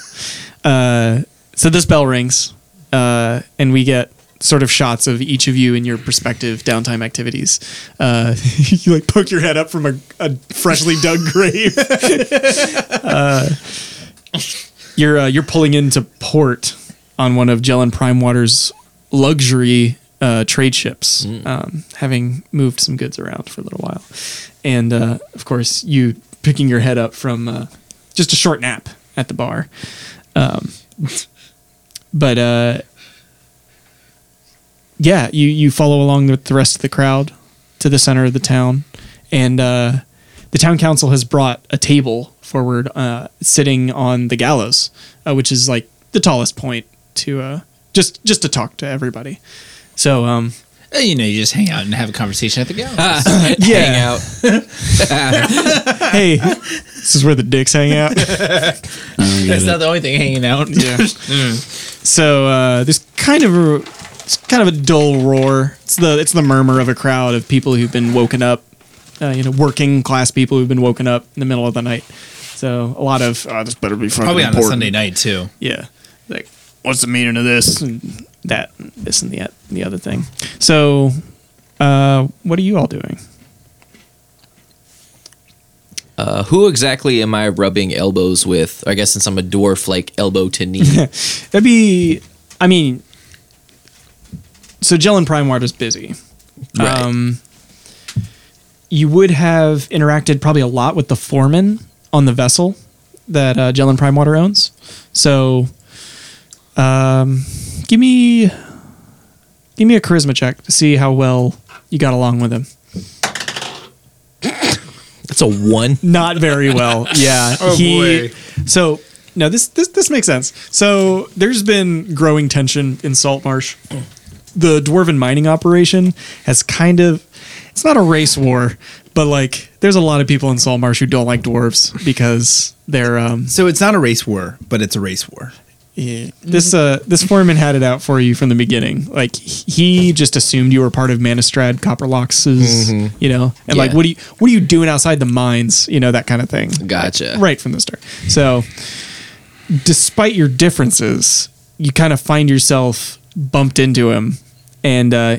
Speaker 6: Uh, so this bell rings, uh, and we get sort of shots of each of you in your perspective downtime activities. Uh, you like poke your head up from a, a freshly dug grave. uh, you're uh, you're pulling into port on one of Jelen Primewater's luxury uh, trade ships, um, having moved some goods around for a little while, and uh, of course you picking your head up from. Uh, just a short nap at the bar. Um, but uh, yeah, you you follow along with the rest of the crowd to the center of the town, and uh, the town council has brought a table forward, uh, sitting on the gallows, uh, which is like the tallest point to uh, just just to talk to everybody. So um,
Speaker 2: Uh, You know, you just hang out and have a conversation at the gallery.
Speaker 6: yeah. hang out. hey, this is where the dicks hang out.
Speaker 2: That's not the only thing hanging out. Yeah.
Speaker 6: So uh, there's kind of a it's kind of a dull roar. It's the it's the murmur of a crowd of people who've been woken up, uh, you know, working class people who've been woken up in the middle of the night. So a lot of oh, this better be fucking
Speaker 2: Probably on a
Speaker 6: important.
Speaker 2: Sunday night too.
Speaker 6: Yeah, like what's the meaning of this and that, and this and the oth- the other thing. So, uh, what are you all doing?
Speaker 8: Uh, who exactly am I rubbing elbows with? I guess since I'm a dwarf, like elbow to knee.
Speaker 6: That'd be, I mean, so Jelen Primeward is busy.
Speaker 8: Right.
Speaker 6: Um, you would have interacted probably a lot with the foreman on the vessel that uh, Jelen Primewater owns. So, um, give me, give me a charisma check to see how well you got along with him.
Speaker 8: That's a one.
Speaker 6: Not very well. Yeah. he, So no, this this this makes sense. So there's been growing tension in Saltmarsh. The dwarven mining operation has kind of it's not a race war, but like there's a lot of people in Saltmarsh who don't like dwarves because they're um
Speaker 2: So it's not a race war, but it's a race war.
Speaker 6: yeah. This uh this foreman had it out for you from the beginning. Like he just assumed you were part of Manistrad Copperlocks's, you know, and like
Speaker 8: Yeah.
Speaker 6: what do you what are you doing outside the mines, you know, that kind of thing.
Speaker 8: Gotcha.
Speaker 6: Right from the start. So despite your differences, you kind of find yourself bumped into him and uh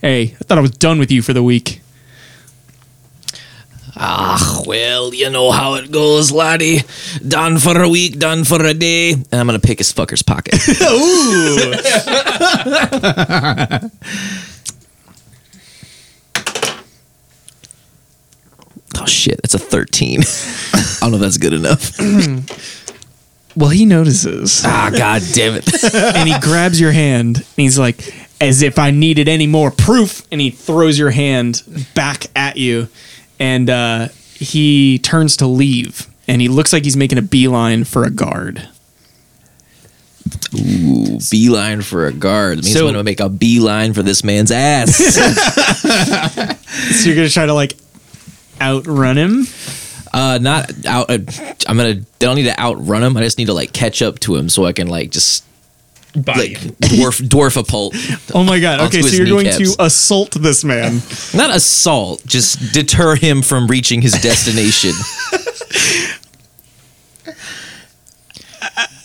Speaker 6: hey, I thought I was done with you for the week.
Speaker 8: Ah, Well, you know how it goes, laddie. Done for a week, done for a day. And I'm gonna pick his fucker's pocket. oh shit, that's a 13. I don't know if that's good enough.
Speaker 6: Well, he notices
Speaker 8: ah, god damn it.
Speaker 6: and he grabs your hand and he's like as if I needed any more proof and he throws your hand back at you and uh he turns to leave and he looks like he's making a beeline for a guard.
Speaker 8: Ooh, beeline for a guard. It means I'm gonna make a beeline for this man's ass.
Speaker 6: So you're going to try to like outrun him?
Speaker 8: Uh, not out. Uh, I'm gonna. I don't need to outrun him. I just need to like catch up to him so I can like just like dwarf dwarf a pulp.
Speaker 6: Oh my god.
Speaker 8: Onto
Speaker 6: Okay, so
Speaker 8: his
Speaker 6: you're going
Speaker 8: kneecaps.
Speaker 6: to assault this man.
Speaker 8: Not assault. Just deter him from reaching his destination.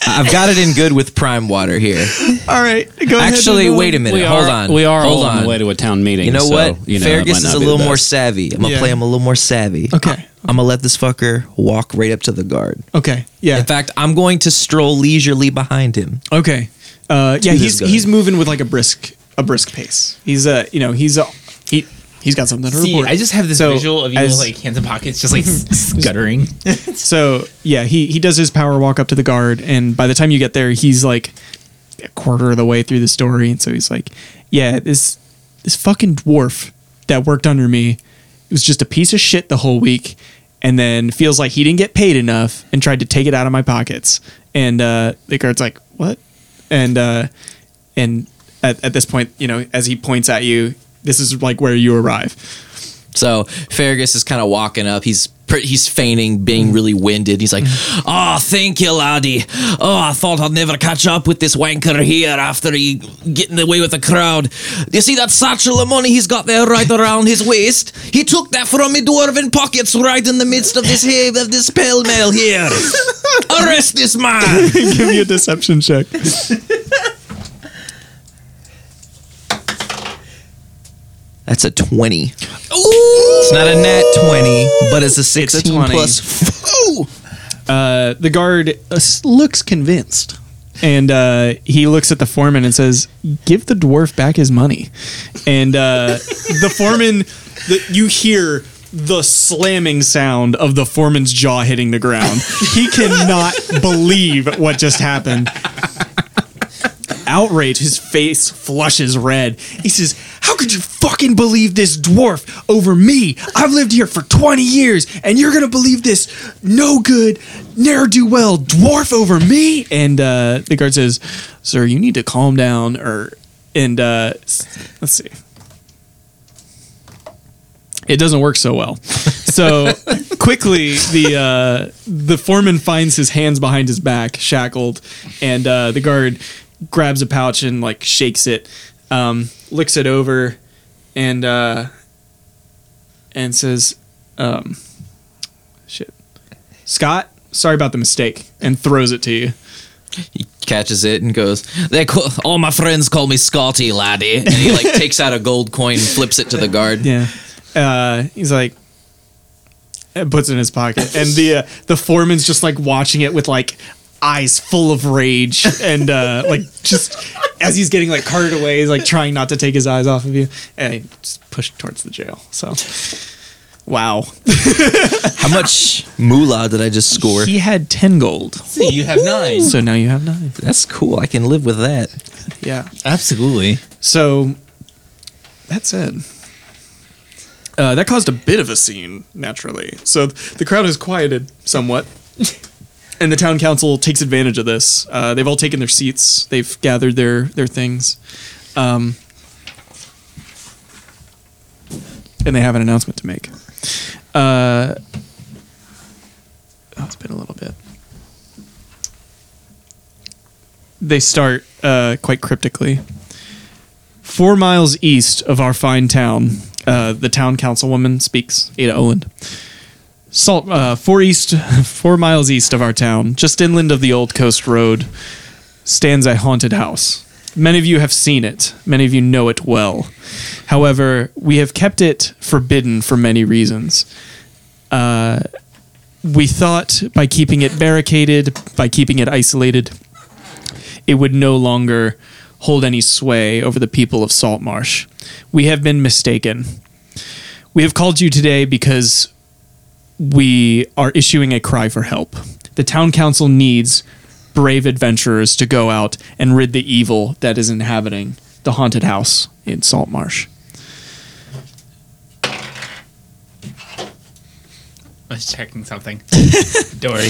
Speaker 8: I've got it in good with prime water here.
Speaker 6: All right. Go ahead.
Speaker 8: Actually, wait a minute.
Speaker 5: We
Speaker 8: Hold
Speaker 5: are-
Speaker 8: on.
Speaker 5: We are
Speaker 8: Hold
Speaker 5: all on
Speaker 8: on.
Speaker 5: the way to a town meeting.
Speaker 8: you know
Speaker 5: so,
Speaker 8: what?
Speaker 5: You know, it
Speaker 8: Fergus
Speaker 5: might not
Speaker 8: is a
Speaker 5: be the
Speaker 8: little more
Speaker 5: best.
Speaker 8: savvy. I'm gonna
Speaker 6: Yeah.
Speaker 8: play him a little more savvy.
Speaker 6: Okay.
Speaker 8: I'm gonna let this fucker walk right up to the guard.
Speaker 6: Okay. Yeah.
Speaker 8: In fact, I'm going to stroll leisurely behind him.
Speaker 6: okay. Uh, yeah,
Speaker 8: this
Speaker 6: he's
Speaker 8: guy.
Speaker 6: he's moving with like a brisk a brisk pace. He's uh, you know, he's uh, he he's got something to
Speaker 2: See,
Speaker 6: report.
Speaker 2: I just have this
Speaker 6: So,
Speaker 2: visual of you
Speaker 6: as-
Speaker 2: like hands in pockets, just like scuttering.
Speaker 6: so yeah, he he does his power walk up to the guard, and by the time you get there, he's like a quarter of the way through the story, and so he's like, "Yeah, this this fucking dwarf that worked under me was just a piece of shit the whole week, and then feels like he didn't get paid enough and tried to take it out of my pockets." And uh, the guard's like, "What?" And uh, and at, at this point, you know, as he points at you, this is like where you arrive.
Speaker 8: So Fergus is kind of walking up. He's pr- he's feigning being really winded. He's like, "Oh, thank you, laddie. Oh, I thought I'd never catch up with this wanker here after he getting away with the crowd. You see that satchel of money he's got there right around his waist? He took that from me dwarven pockets right in the midst of this hay of this pell mell here. Arrest this man."
Speaker 6: Give me a deception check.
Speaker 8: That's a twenty. It's not a nat twenty, but it's a sixteen
Speaker 6: 20.
Speaker 8: plus. F- Ooh.
Speaker 6: Uh, the guard uh, s- looks convinced. And uh, he looks at the foreman and says, "Give the dwarf back his money." And uh, the foreman, the, you hear the slamming sound of the foreman's jaw hitting the ground. he cannot believe what just happened. Outrage, his face flushes red. He says, How could you fucking believe this dwarf over me? I've lived here for 20 years, and you're gonna believe this no good, ne'er do well dwarf over me? And uh, the guard says, Sir, you need to calm down, or. And uh, s- let's see it doesn't work so well. So quickly, the uh, the foreman finds his hands behind his back, shackled, and uh, the guard grabs a pouch and like shakes it, um, licks it over, and uh, and says, um, "Shit, Scott, sorry about the mistake," and throws it to you.
Speaker 8: catches it and goes, "They call, all my friends call me Scotty laddie." And he like takes out a gold coin, and flips it to the guard.
Speaker 6: Yeah. Uh, he's like, and puts it in his pocket, and the uh, the foreman's just like watching it with like eyes full of rage, and uh, like just as he's getting like carted away, he's like trying not to take his eyes off of you, and he just pushed towards the jail. So, wow,
Speaker 8: How much moolah did I just score?
Speaker 6: he had ten gold,
Speaker 2: See, you have nine.
Speaker 6: so now you have nine.
Speaker 8: That's cool. I can live with that.
Speaker 6: Yeah.
Speaker 2: Absolutely.
Speaker 6: So that's it. Uh, that caused a bit of a scene, naturally. So th- the crowd is quieted somewhat. and the town council takes advantage of this. Uh, they've all taken their seats, they've gathered their, their things. Um, and they have an announcement to make. Uh, oh, it's been a little bit. They start uh, quite cryptically four miles east of our fine town, uh, the town councilwoman speaks, Ada Oland. Salt, uh, four east, four miles east of our town, just inland of the old coast road, stands a haunted house. Many of you have seen it. Many of you know it well. However, we have kept it forbidden for many reasons Uh, we thought by keeping it barricaded, by keeping it isolated, it would no longer hold any sway over the people of Saltmarsh. We have been mistaken. We have called you today because we are issuing a cry for help. The town council needs brave adventurers to go out and rid the evil that is inhabiting the haunted house in Saltmarsh.
Speaker 2: I was checking something. Don't worry.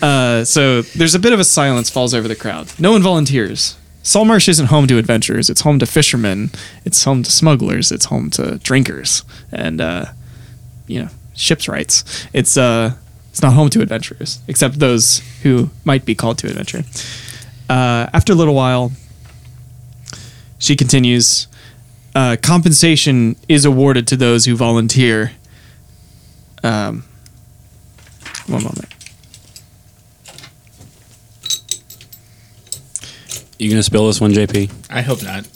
Speaker 6: Uh, so there's a bit of a silence falls over the crowd. No one volunteers. Saltmarsh isn't home to adventurers. It's home to fishermen. It's home to smugglers. It's home to drinkers and uh, you know ships' rights. It's uh, it's not home to adventurers except those who might be called to adventure. Uh, after a little while, she continues. Uh, compensation is awarded to those who volunteer. Um, one moment.
Speaker 5: You gonna spill this one, JP?
Speaker 2: I hope not.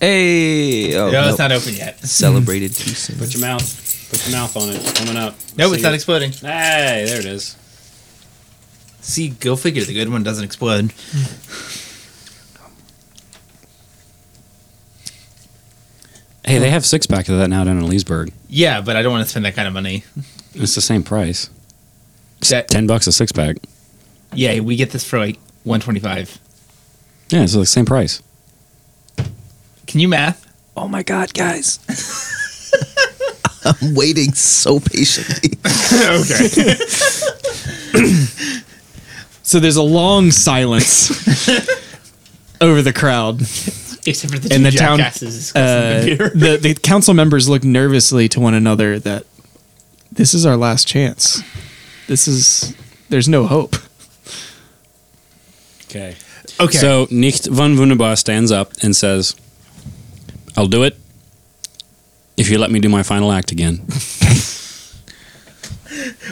Speaker 8: Hey, oh,
Speaker 2: No,
Speaker 8: nope.
Speaker 2: it's not open yet.
Speaker 8: celebrated too soon.
Speaker 5: Put your mouth. Put your mouth on it. It's coming up.
Speaker 2: No, it's not exploding.
Speaker 5: Hey, there it is.
Speaker 2: See, go figure. The good one doesn't explode.
Speaker 5: Hey, they have six pack of that now down in Leesburg.
Speaker 2: Yeah, but I don't want to spend that kind of money.
Speaker 5: It's the same price. It's
Speaker 2: That-
Speaker 5: Ten bucks a six pack.
Speaker 2: Yeah, we get this for like 125.
Speaker 5: Yeah, it's the same price.
Speaker 2: Can you math?
Speaker 4: Oh my god, guys.
Speaker 8: I'm waiting so patiently.
Speaker 2: okay.
Speaker 6: So there's a long silence over the crowd.
Speaker 2: Except for the two
Speaker 6: And the town-
Speaker 2: jackasses.
Speaker 6: Uh, the, the council members look nervously to one another that this is our last chance. This is, there's no hope.
Speaker 5: Okay.
Speaker 2: okay.
Speaker 5: So Nicht von Wunderbar stands up and says, "I'll do it if you let me do my final act again."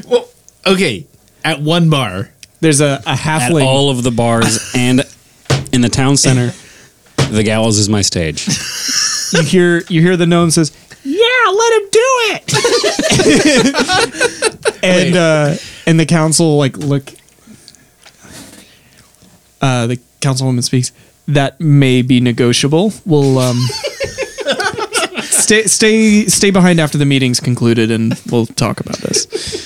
Speaker 2: well, okay. At one bar.
Speaker 6: There's a, a
Speaker 5: At
Speaker 6: halfling.
Speaker 5: all of the bars and in the town center, the gallows is my stage.
Speaker 6: you hear you hear the gnome says, "Yeah, let him do it." and uh, and the council like look. Uh, the councilwoman speaks. That may be negotiable. We'll um, stay, stay, stay behind after the meeting's concluded, and we'll talk about this.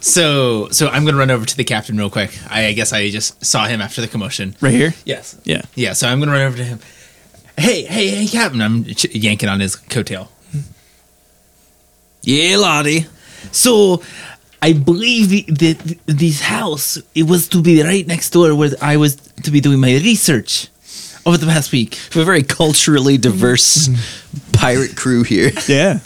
Speaker 2: So, so I'm gonna run over to the captain real quick. I, I guess I just saw him after the commotion.
Speaker 6: Right here.
Speaker 2: Yes.
Speaker 6: Yeah.
Speaker 2: Yeah. So I'm gonna run over to him. Hey, hey, hey, captain! I'm ch- yanking on his coattail.
Speaker 8: Yeah, Lottie.
Speaker 2: So, I believe that this house it was to be right next door where I was to be doing my research over the past week.
Speaker 8: We have a very culturally diverse pirate crew here.
Speaker 6: Yeah.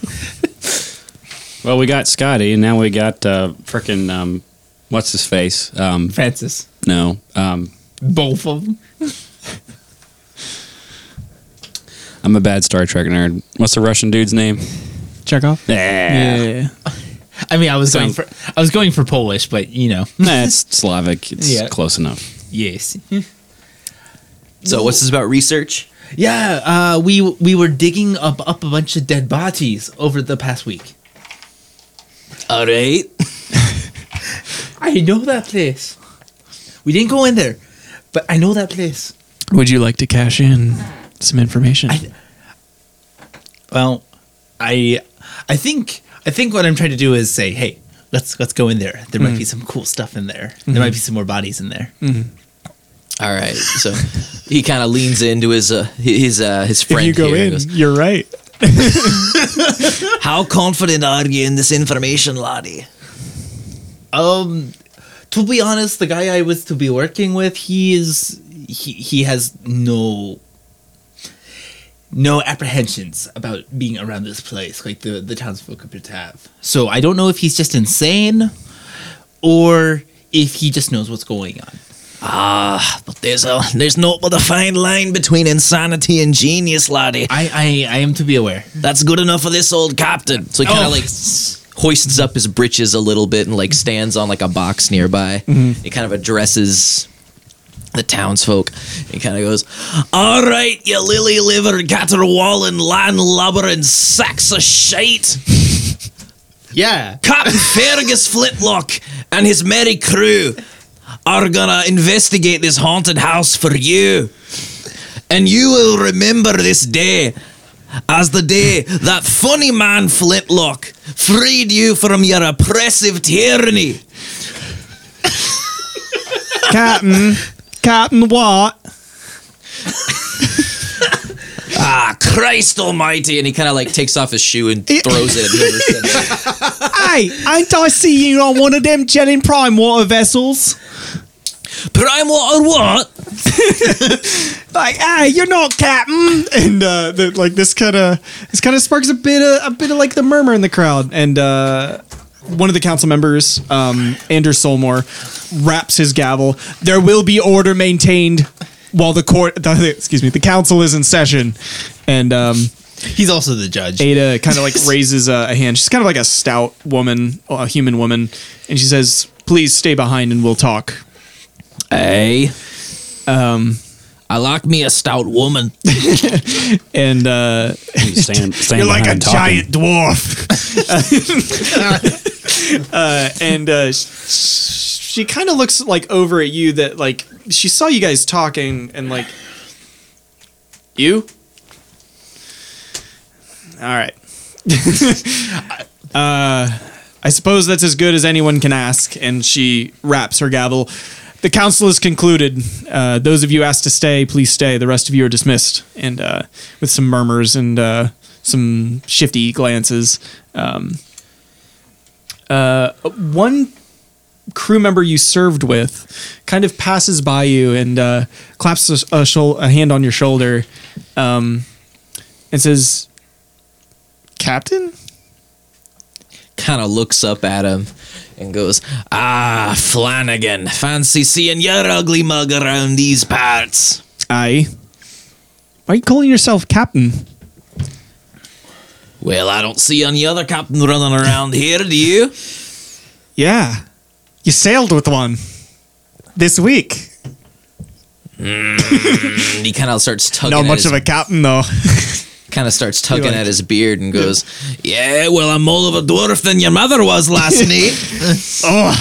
Speaker 5: Well, we got Scotty, and now we got uh, frickin' um, what's his face? Um,
Speaker 2: Francis,
Speaker 5: no, um,
Speaker 2: both of them.
Speaker 5: I'm a bad Star Trek nerd. What's the Russian dude's name?
Speaker 6: Check off.
Speaker 5: Yeah,
Speaker 6: Yeah.
Speaker 2: I mean, I was
Speaker 5: So-
Speaker 2: going for I was going for Polish, but you know,
Speaker 5: nah, it's Slavic. It's
Speaker 2: Yeah.
Speaker 5: close enough.
Speaker 2: yes.
Speaker 8: So, what's this about research?
Speaker 2: Yeah, uh, we we were digging up up a bunch of dead bodies over the past week.
Speaker 8: All right.
Speaker 2: I know that place. We didn't go in there, but I know that place.
Speaker 6: Would you like to cash in some information?
Speaker 2: I- Well, I I think I think what I'm trying to do is say, hey, let's let's go in there. There might be some cool stuff in there. There might be some more bodies in there.
Speaker 8: All right. So, he kind of leans into his uh, his uh, his friend here and goes,
Speaker 6: you're right.
Speaker 8: "How confident are you in this information, Lottie?"
Speaker 2: Um, to be honest, the guy I was to be working with, he is he he has no no apprehensions about being around this place like the the townsfolk appear to have. So I don't know if he's just insane or if he just knows what's going on.
Speaker 8: Ah, but there's a there's not but a fine line between insanity and genius, Lottie.
Speaker 2: I I, I am to be aware.
Speaker 8: That's good enough for this old captain. So he kind of like hoists up his britches a little bit and like stands on like a box nearby. He kind of addresses the townsfolk. He kind of goes, "All right, you lily liver, caterwauling, landlubber, and sacks of shite."
Speaker 2: Yeah.
Speaker 8: Captain Fergus Flintlock and his merry crew are gonna investigate this haunted house for you. And you will remember this day as the day that funny man Flintlock freed you from your oppressive tyranny.
Speaker 6: Captain. Captain Watt.
Speaker 8: Ah, Christ almighty. And he kind of like takes off his shoe and throws it at whoever's sitting there.
Speaker 6: Hey, ain't I see you on one of them jetting prime water vessels?
Speaker 8: Prime water what?
Speaker 6: Like, hey, you're not Captain. And uh, the, like this kind of this kind of sparks a bit of a bit of like the murmur in the crowd. And uh, one of the council members, um, Anders Solmore, wraps his gavel. There will be order maintained while the court, the, excuse me, the council is in session. And um,
Speaker 2: He's also the judge.
Speaker 6: Ada kind of like raises a, a hand. She's kind of like a stout woman, a human woman, and she says, "Please stay behind and we'll talk."
Speaker 8: Hey. Um, I like me a stout woman.
Speaker 6: And uh,
Speaker 5: He's Standing, standing behind talking.
Speaker 6: dwarf. uh, and uh, sh- she kind of looks like over at you that like she saw you guys talking and like you. All right. uh, I suppose that's as good as anyone can ask. And she wraps her gavel. The council is concluded. Uh, those of you asked to stay, please stay. The rest of you are dismissed. And uh, with some murmurs and uh, some shifty glances. Um, uh, one crew member you served with kind of passes by you and uh, claps a, a, shol- a hand on your shoulder um, and says, Captain?
Speaker 8: kind of looks up at him and goes, Ah, Flanagan, fancy seeing your ugly mug around these parts.
Speaker 6: Aye. Why are you calling yourself captain?
Speaker 8: Well, I don't see any other captain running around here, do you?
Speaker 6: Yeah. You sailed with one this week.
Speaker 8: And he kind of starts tugging
Speaker 6: Not
Speaker 8: at
Speaker 6: much
Speaker 8: his,
Speaker 6: of a captain, though.
Speaker 8: kind of starts tugging
Speaker 6: You're like-
Speaker 8: at his beard and goes, Yeah, well, I'm more of a dwarf than your mother was last night.
Speaker 6: oh.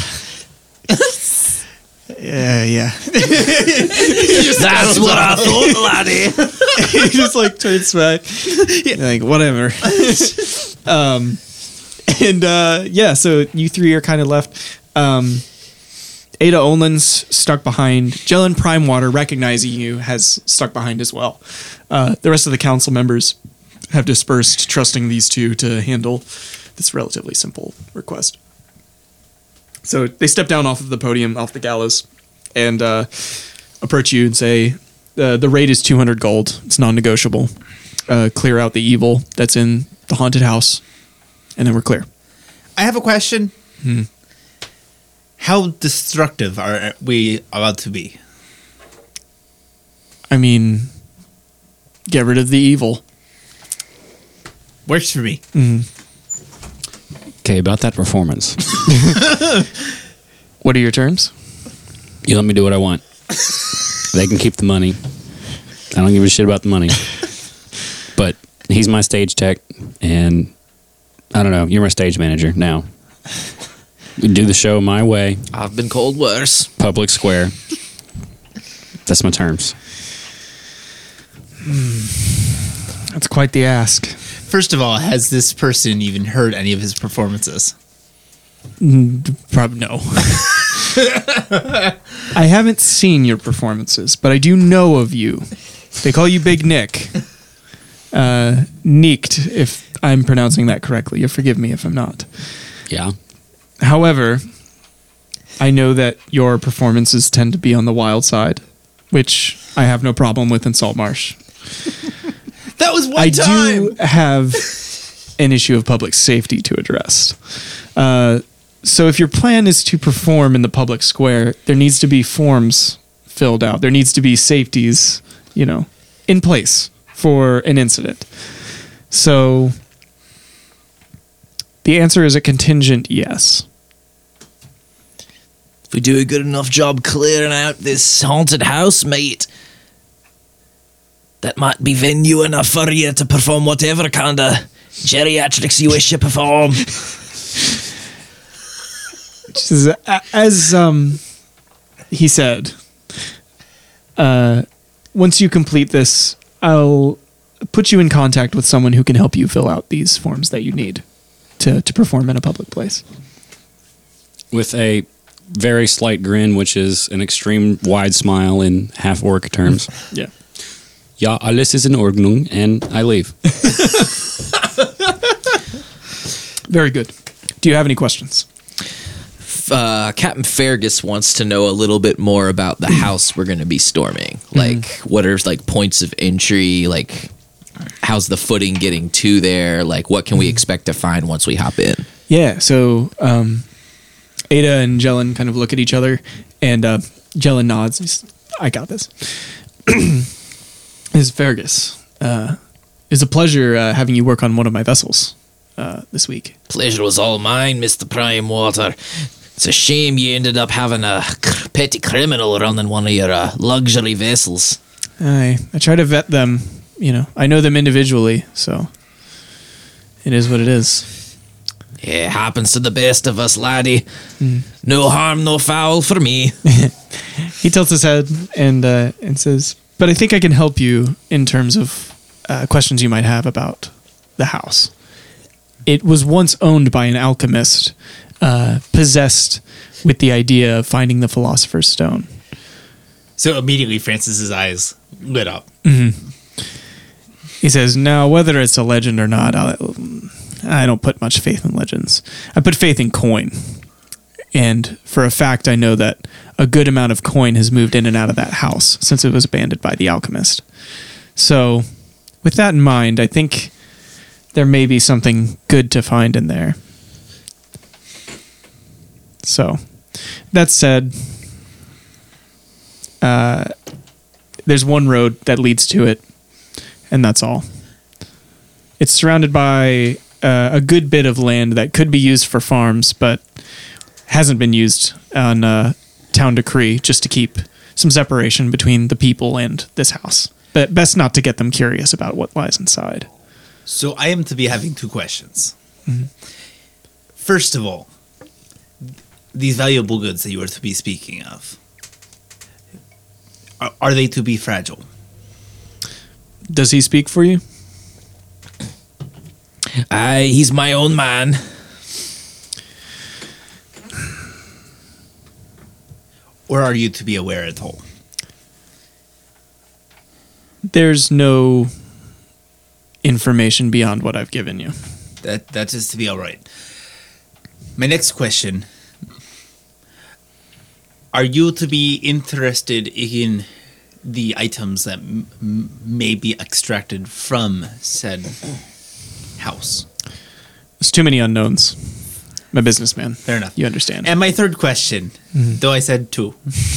Speaker 6: yeah, yeah.
Speaker 2: That's what I thought, laddie.
Speaker 6: he just like turns back. Yeah, Like whatever. um, and uh, yeah, so you three are kind of left. Um, Ada Olin's stuck behind. Jelen Primewater, recognizing you, has stuck behind as well. Uh, the rest of the council members have dispersed, trusting these two to handle this relatively simple request. So they step down off of the podium, off the gallows, and uh, approach you and say, uh, "The rate is two hundred gold. It's non-negotiable. Uh, clear out the evil that's in the haunted house, and then we're clear."
Speaker 2: I have a question. How destructive are we allowed to be?
Speaker 6: I mean, get rid of the evil.
Speaker 2: Works for me.
Speaker 5: Okay, about that performance.
Speaker 6: What are your terms?
Speaker 5: You let me do what I want. they can keep the money. I don't give a shit about the money. But he's my stage tech, and I don't know. You're my stage manager now. We do the show my way,
Speaker 8: I've been cold worse.
Speaker 5: public square. That's my terms.
Speaker 6: That's quite the ask.
Speaker 2: First of all, has this person even heard any of his performances?
Speaker 6: Probably no. I haven't seen your performances, but I do know of you. They call you Big Nick. Uh, Neeked, if I'm pronouncing that correctly. You'll forgive me if I'm not.
Speaker 5: Yeah.
Speaker 6: However, I know that your performances tend to be on the wild side, which I have no problem with in Saltmarsh.
Speaker 2: That was one
Speaker 6: I do
Speaker 2: time.
Speaker 6: have an issue of public safety to address. Uh, so, if your plan is to perform in the public square, there needs to be forms filled out. There needs to be safeties, you know, in place for an incident. So, the answer is a contingent yes.
Speaker 8: If we do a good enough job clearing out this haunted house, mate, that might be venue enough for you to perform whatever kind of geriatrics you wish to perform.
Speaker 6: Which is, a- as um, he said, uh, once you complete this, I'll put you in contact with someone who can help you fill out these forms that you need to, to perform in a public place.
Speaker 5: With a very slight grin, which is an extreme wide smile in half orc terms.
Speaker 6: Yeah.
Speaker 5: Ja, alles ist in Ordnung, and I leave.
Speaker 6: Very good. Do you have any questions?
Speaker 8: uh, Captain Fergus wants to know a little bit more about the house we're going to be storming. Like, what are like points of entry? Like, how's the footing getting to there? Like, what can we expect to find once we hop in?
Speaker 6: Yeah. So um, Ada and Jelen kind of look at each other, and uh, Jelen nods. He's, I got this. this is Fergus. Uh, it's a pleasure uh, having you work on one of my vessels uh, this week.
Speaker 8: Pleasure was all mine, Mister Prime Water. It's a shame you ended up having a cr- petty criminal running one of your uh, luxury vessels.
Speaker 6: I I try to vet them. You know, I know them individually, so it is what it is.
Speaker 8: It happens to the best of us, laddie. No harm, no foul for me.
Speaker 6: He tilts his head and uh, and says, "But I think I can help you in terms of uh, questions you might have about the house. It was once owned by an alchemist, uh, possessed with the idea of finding the philosopher's stone.
Speaker 2: so immediately Francis's eyes lit up.
Speaker 6: He says, "Now, whether it's a legend or not, I, I don't put much faith in legends. I put faith in coin, and for a fact, I know that a good amount of coin has moved in and out of that house since it was abandoned by the alchemist. So, with that in mind, I think there may be something good to find in there. So, that said." Uh, there's one road that leads to it and that's all. It's surrounded by uh, a good bit of land that could be used for farms, but hasn't been used on uh, town decree just to keep some separation between the people and this house. But best not to get them curious about what lies inside.
Speaker 2: So I am to be having two questions. Mm-hmm. First of all, these valuable goods that you are to be speaking of, are, are they to be fragile?
Speaker 6: Does he speak for you?
Speaker 8: I, he's my own man.
Speaker 2: Or are you to be aware at all?
Speaker 6: There's no information beyond what I've given you.
Speaker 2: That that is to be all right. My next question: Are you to be interested in the items that m- m- may be extracted from said house?
Speaker 6: It's too many unknowns. I'm a businessman.
Speaker 2: Fair enough.
Speaker 6: You understand.
Speaker 2: And my third question,
Speaker 6: Mm-hmm.
Speaker 2: though I said two,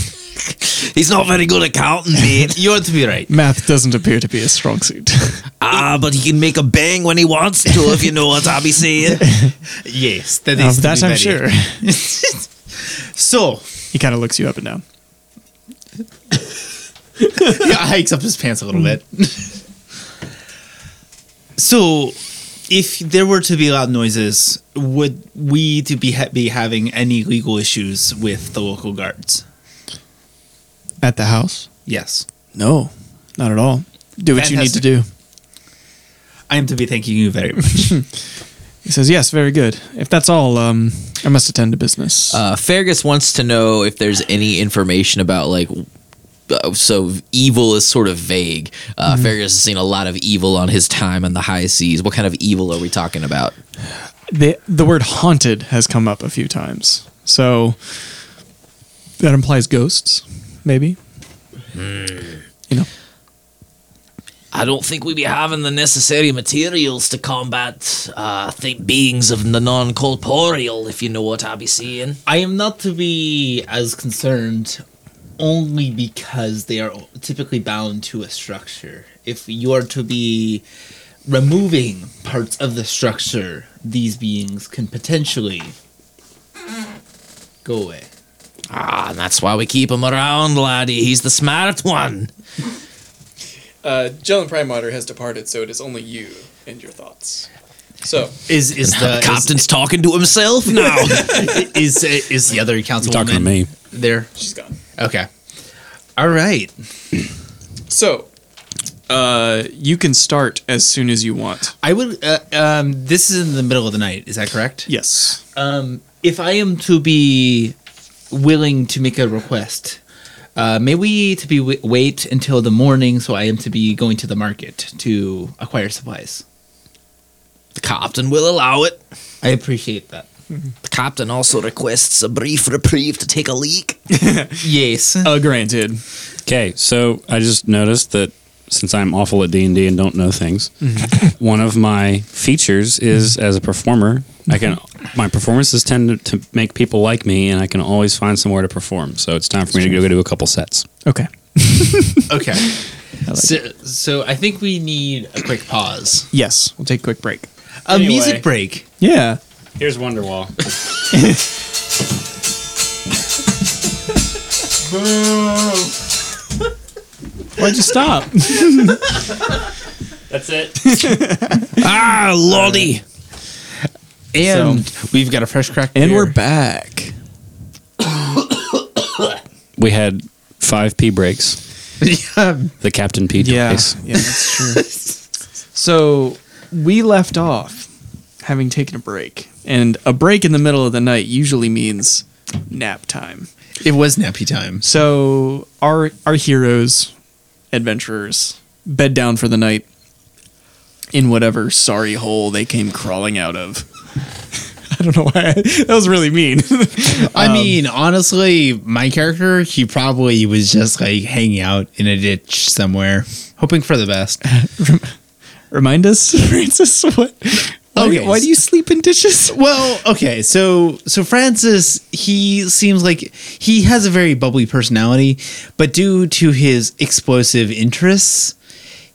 Speaker 8: He's not very good at counting, mate.
Speaker 2: you ought to be right.
Speaker 6: Math doesn't appear to be a strong suit.
Speaker 8: ah, but he can make a bang when he wants to, if you know what I be saying.
Speaker 2: Yes, that
Speaker 6: Of
Speaker 2: is to
Speaker 6: Um, that
Speaker 2: be
Speaker 6: I'm
Speaker 2: very-
Speaker 6: sure.
Speaker 2: So
Speaker 6: He kind of looks you up and down.
Speaker 2: yeah, hikes up his pants a little bit. Mm. so, if there were to be loud noises, would we to be ha- be having any legal issues with the local guards?
Speaker 6: At the house?
Speaker 2: Yes,
Speaker 6: No, not at all. Do what
Speaker 2: Fantastic.
Speaker 6: you need to do.
Speaker 2: I am to be thanking you very much.
Speaker 6: He says, Yes, very good. If that's all, um, I must attend to business.
Speaker 8: Uh, Fergus wants to know if there's any information about like. uh, So evil is sort of vague. Uh, Fergus has seen a lot of evil on his time on the high seas. What kind of evil are we talking about?
Speaker 6: the, the word haunted has come up a few times. So that implies ghosts, maybe. You know,
Speaker 8: I don't think we be having the necessary materials to combat. Uh, I think beings of the non-corporeal, if you know what I be saying.
Speaker 2: I am not to be as concerned, only because they are typically bound to a structure. If you are to be removing parts of the structure, these beings can potentially go away.
Speaker 8: Ah, and that's why we keep him around, laddie. He's the smart one.
Speaker 4: Uh, Jelen Primewater has departed, so it is only you and your thoughts. So
Speaker 2: Is is
Speaker 8: The captain's talking to himself now.
Speaker 2: is is, is the other councilwoman
Speaker 5: Talking to me.
Speaker 2: there?
Speaker 4: she's gone.
Speaker 2: Okay. All right.
Speaker 4: So
Speaker 6: uh, you can start as soon as you want.
Speaker 2: I would. Uh, um, this is in the middle of the night. Is that correct?
Speaker 6: Yes.
Speaker 2: Um, if I am to be willing to make a request, uh, may we to be w- wait until the morning so I am to be going to the market to acquire supplies.
Speaker 8: the captain will allow it.
Speaker 2: I appreciate that.
Speaker 8: The captain also requests a brief reprieve to take a leak.
Speaker 2: Yes.
Speaker 6: Uh, granted.
Speaker 5: Okay, so I just noticed that since I'm awful at D and D and don't know things, one of my features is as a performer, I can my performances tend to, to make people like me, and I can always find somewhere to perform. So it's time for me to go do a couple sets.
Speaker 6: Okay.
Speaker 2: okay. so, so I think we need a quick pause.
Speaker 6: Yes, we'll take a quick break.
Speaker 2: A music break.
Speaker 6: Yeah.
Speaker 5: Here's Wonderwall.
Speaker 6: Why'd you stop?
Speaker 5: That's it.
Speaker 8: Ah, lordy.
Speaker 2: And we've got a fresh crack.
Speaker 6: and
Speaker 2: beer.
Speaker 6: we're back.
Speaker 5: We had five pee breaks.
Speaker 2: Yeah.
Speaker 5: The Captain Pee
Speaker 6: Yeah.
Speaker 5: twice.
Speaker 6: Yeah, that's true. so we left off having taken a break. And a break in the middle of the night usually means nap time.
Speaker 2: It was nappy time.
Speaker 6: So our our heroes, adventurers, bed down for the night in whatever sorry hole they came crawling out of. I don't know why I, that was really mean.
Speaker 2: I mean, honestly, my character, he probably was just like hanging out in a ditch somewhere, hoping for the best.
Speaker 6: Remind us, Francis, what? Why,
Speaker 2: Okay.
Speaker 6: why do you sleep in dishes?
Speaker 2: Well, okay, so so Francis, he seems like he has a very bubbly personality, but due to his explosive interests,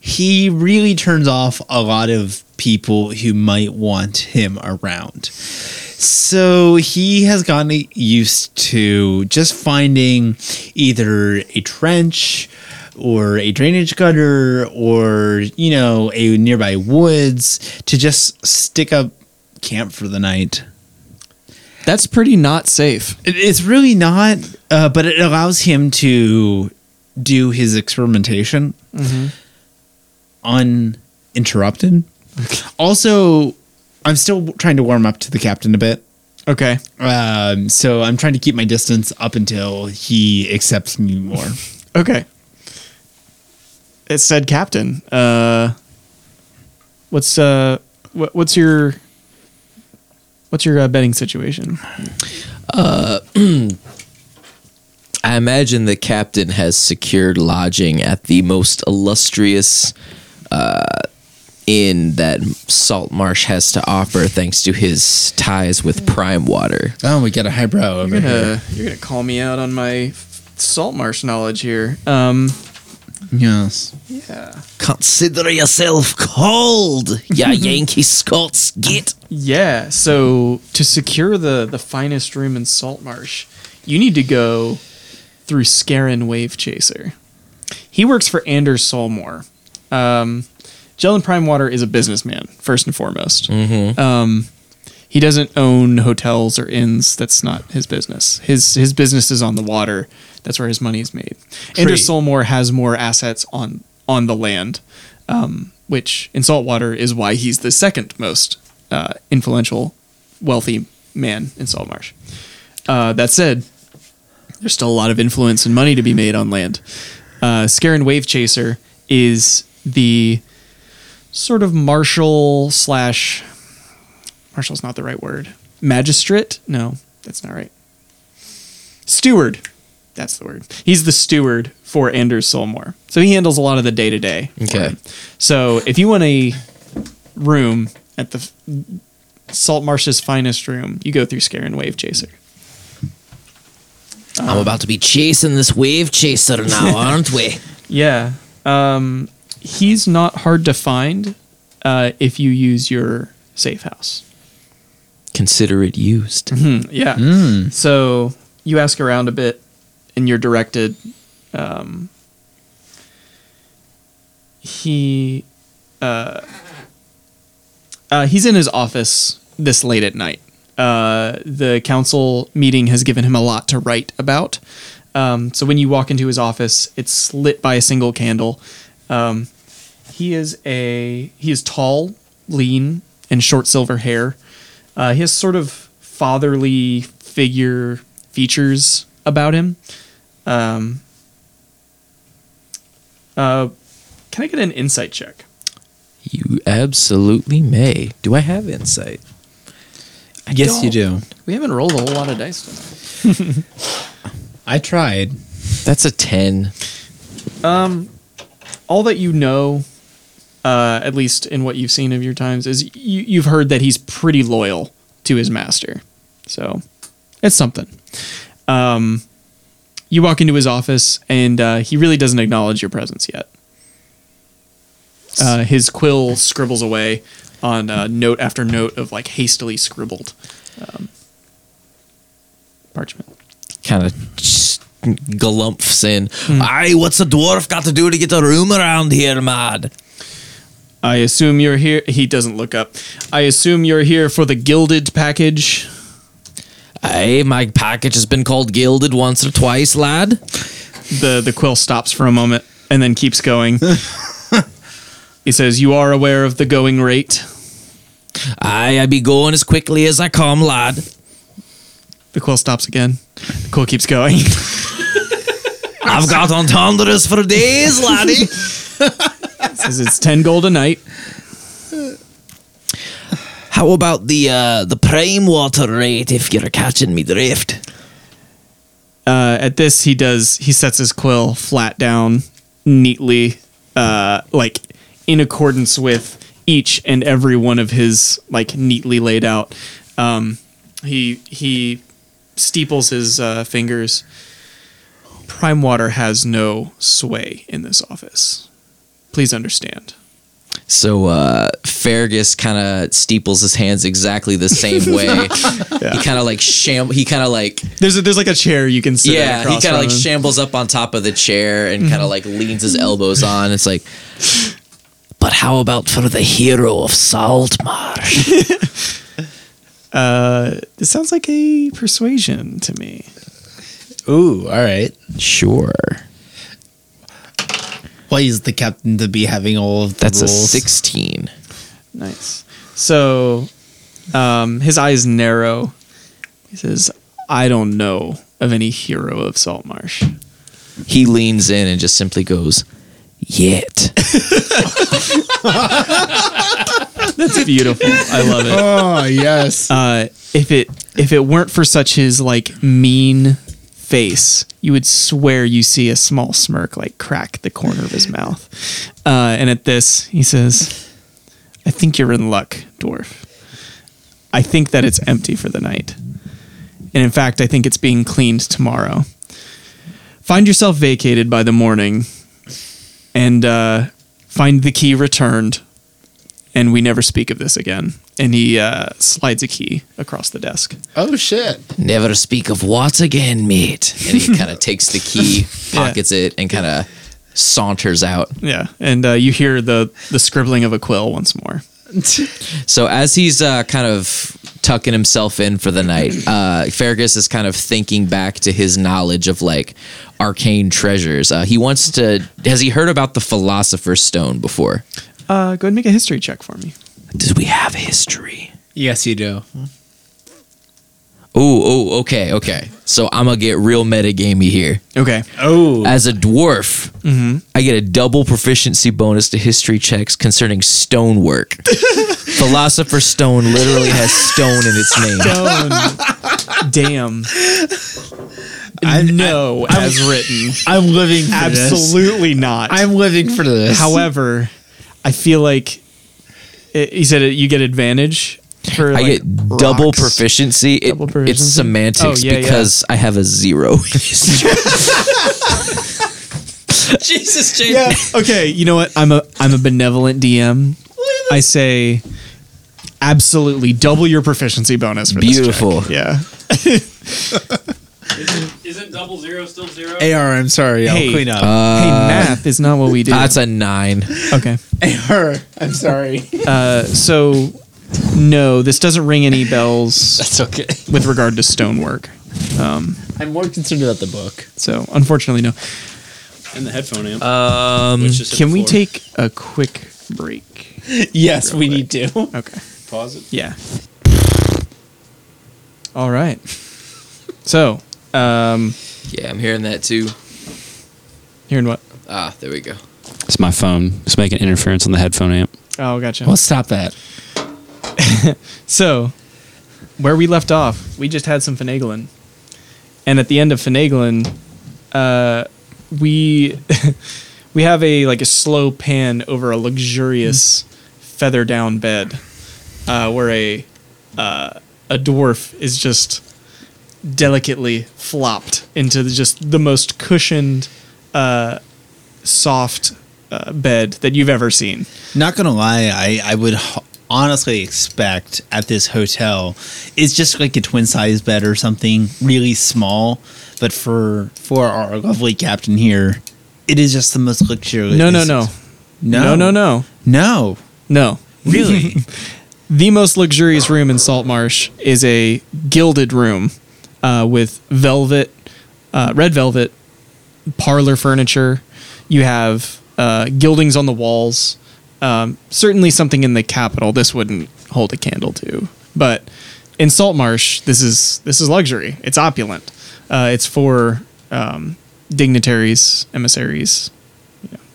Speaker 2: he really turns off a lot of people who might want him around. So he has gotten used to just finding either a trench or a drainage gutter or, you know, a nearby woods to just stick up camp for the night.
Speaker 6: That's pretty not safe.
Speaker 2: It- It's really not, uh, but it allows him to do his experimentation Mm-hmm. uninterrupted. Also, I'm still trying to warm up to the captain a bit.
Speaker 6: Okay.
Speaker 2: Um, so I'm trying to keep my distance up until he accepts me more.
Speaker 6: Okay. It said captain. Uh, what's uh, wh- what's your what's your uh, betting situation?
Speaker 8: I imagine the captain has secured lodging at the most illustrious uh, inn that Salt Marsh has to offer, thanks to his ties with Prime Water.
Speaker 2: oh, we got a highbrow over
Speaker 6: Uh, you're gonna call me out on my f- salt marsh knowledge here. Um,
Speaker 2: Yes.
Speaker 8: Consider yourself called, ya Yankee Scots git.
Speaker 6: yeah. So to secure the the finest room in Salt Marsh, you need to go through Scarin Wave Chaser. He works for Anders Solmore. Um, Jelen Primewater is a businessman first and foremost. Um, he doesn't own hotels or inns. That's not his business. His his business is on the water. That's where his money is made. Anders Solmore has more assets on on the land, um, which in saltwater is why he's the second most uh, influential, wealthy man in Saltmarsh. Uh, that said, there's still a lot of influence and money to be made on land. Uh, Scare and Wave Chaser is the sort of marshal slash marshal's not the right word. Magistrate? No, that's not right. Steward. That's the word. He's the steward for Anders Solmore. So he handles a lot of the day to day.
Speaker 8: Okay.
Speaker 6: So if you want a room at the Salt Marsh's finest room, you go through Scare and Wave Chaser.
Speaker 8: I'm about to be chasing this wave chaser now, aren't we?
Speaker 6: Yeah. Um, he's not hard to find uh, if you use your safe house. Mm-hmm.
Speaker 8: Consider it used. Hmm.
Speaker 6: Yeah. So you ask around a bit and you're directed. Um, he. Uh, uh, he's in his office this late at night. Uh, the council meeting has given him a lot to write about. Um, so when you walk into his office, it's lit by a single candle. Um, he is a he is tall, lean, and short silver hair. Uh, he has sort of fatherly figure features about him. Um, uh, can I get an insight check?
Speaker 8: You absolutely may. Do I have insight?
Speaker 2: yes, you do.
Speaker 6: We haven't rolled a whole lot of dice tonight.
Speaker 2: I tried.
Speaker 8: That's a 10.
Speaker 6: All that you know, uh, at least in what you've seen of your times, is you, you've heard that he's pretty loyal to his master. So it's something. Um, you walk into his office, and uh, he really doesn't acknowledge your presence yet. Uh, his quill scribbles away on uh, note after note of like hastily scribbled um, parchment.
Speaker 8: kind of galumphs in. Aye, what's a dwarf got to do to get a room around here, man?
Speaker 6: I assume you're here. He doesn't look up. I assume you're here for the gilded package.
Speaker 8: Aye, my package has been called gilded once or twice, lad.
Speaker 6: the the quill stops for a moment and then keeps going. he says, "You are aware of the going rate."
Speaker 8: Aye, I be going as quickly as I come, lad.
Speaker 6: The quill stops again. The quill keeps going.
Speaker 8: I've got entendres for days, laddie.
Speaker 6: says it's ten gold a night.
Speaker 8: How about the uh, the prime water rate if you're catching me drift?
Speaker 6: Uh, at this, he does. He sets his quill flat down, neatly, uh, like in accordance with each and every one of his like neatly laid out. Um, he he steeples his uh, fingers. Prime water has no sway in this office. Please understand.
Speaker 8: So uh, Fergus kind of steeples his hands exactly the same way. He kind of like sham. He kind of like
Speaker 6: There's a, there's like a chair you can sit.
Speaker 8: yeah, he
Speaker 6: across
Speaker 8: kind of
Speaker 6: from
Speaker 8: like
Speaker 6: him.
Speaker 8: shambles up on top of the chair and kind of like leans his elbows on. It's like, but how about for the hero of Saltmarsh?
Speaker 6: This sounds like a persuasion to me.
Speaker 2: Ooh, all right.
Speaker 8: sure.
Speaker 2: plays the captain to be having all of the
Speaker 8: That's
Speaker 2: roles.
Speaker 8: a 16.
Speaker 6: Nice. So um, his eyes narrow. He says, I don't know of any hero of Saltmarsh.
Speaker 8: He leans in and just simply goes, Yet.
Speaker 6: It's beautiful. I love it.
Speaker 9: Oh yes.
Speaker 6: Uh, if it if it weren't for such his like mean face, you would swear you see a small smirk like crack the corner of his mouth. Uh, and at this, he says, "I think you're in luck, dwarf. I think that it's empty for the night, and in fact, I think it's being cleaned tomorrow. Find yourself vacated by the morning, and uh, find the key returned." and we never speak of this again. And he uh, slides a key across the desk.
Speaker 9: Oh shit.
Speaker 8: Never speak of what again, mate. And he kind of takes the key, pockets it, and kind of saunters out.
Speaker 6: Yeah, and uh, you hear the the scribbling of a quill once more.
Speaker 8: So as he's uh, kind of tucking himself in for the night, uh, Fergus is kind of thinking back to his knowledge of like arcane treasures. Uh, he wants to. Has he heard about the Philosopher's Stone before?
Speaker 6: Uh, go ahead and make a history check for me.
Speaker 8: Does we have history?
Speaker 2: Yes, you do.
Speaker 8: Oh, oh, okay, okay. So I'm gonna get real metagamey here.
Speaker 6: Okay.
Speaker 2: Oh,
Speaker 8: As a dwarf,
Speaker 2: Mm-hmm.
Speaker 8: I get a double proficiency bonus to history checks concerning stonework. Philosopher Stone literally has stone in its name.
Speaker 6: Damn.
Speaker 2: I
Speaker 6: No, as written.
Speaker 2: I'm living for this.
Speaker 6: Absolutely not.
Speaker 2: I'm living for this.
Speaker 6: However, I feel like it, he said it, you get advantage for.
Speaker 8: I
Speaker 6: like,
Speaker 8: get double
Speaker 6: rocks.
Speaker 8: proficiency. It-
Speaker 6: Double proficiency?
Speaker 8: It's semantics
Speaker 6: Oh, yeah, yeah.
Speaker 8: because I have a zero. in history.
Speaker 3: Jesus, James.
Speaker 6: Yeah. okay. You know what? I'm a I'm a benevolent DM. I say, absolutely double your proficiency bonus. For this check.
Speaker 8: Beautiful.
Speaker 6: Yeah.
Speaker 7: Isn't double zero still zero?
Speaker 2: AR, I'm sorry. I'll
Speaker 6: Hey,
Speaker 2: clean up.
Speaker 6: hey, math is not what we do.
Speaker 8: Uh, That's a nine.
Speaker 6: okay. Uh,
Speaker 9: Her. I'm sorry.
Speaker 6: So, no, this doesn't ring any bells
Speaker 3: It's okay.
Speaker 6: with regard to stonework. Um,
Speaker 2: I'm more concerned about the book.
Speaker 6: So, unfortunately, no.
Speaker 5: And the headphone amp.
Speaker 8: Um,
Speaker 5: which is hit
Speaker 6: Can
Speaker 5: the
Speaker 6: we
Speaker 5: floor.
Speaker 6: take a quick break?
Speaker 2: Yes, we need to.
Speaker 6: Okay.
Speaker 5: pause it?
Speaker 6: Yeah. All right. So, um,
Speaker 8: yeah, I'm hearing that too.
Speaker 6: hearing what?
Speaker 8: Ah, there we go.
Speaker 5: It's my phone. It's making interference on the headphone amp.
Speaker 6: Oh, gotcha.
Speaker 2: Let's stop that.
Speaker 6: So, where we left off, we just had some finagling. And at the end of finagling, uh, we we have a like a slow pan over a luxurious feather down bed, uh, where a uh, a dwarf is just delicately flopped into the, just the most cushioned, uh, soft uh, bed that you've ever seen.
Speaker 2: Not gonna lie, I I would h- honestly expect at this hotel it's just like a twin size bed or something really small. But for for our lovely captain here, it is just the most luxurious.
Speaker 6: No, no, no, no,
Speaker 2: no,
Speaker 6: no, no,
Speaker 2: no.
Speaker 6: no.
Speaker 2: Really?
Speaker 6: the most luxurious room in Saltmarsh is a gilded room uh, with velvet, uh, red velvet, parlor furniture. You have uh, gildings on the walls. Um, certainly something in the capital. This wouldn't hold a candle to, but in Saltmarsh, this is this is luxury. It's opulent. Uh, it's for um, dignitaries, emissaries,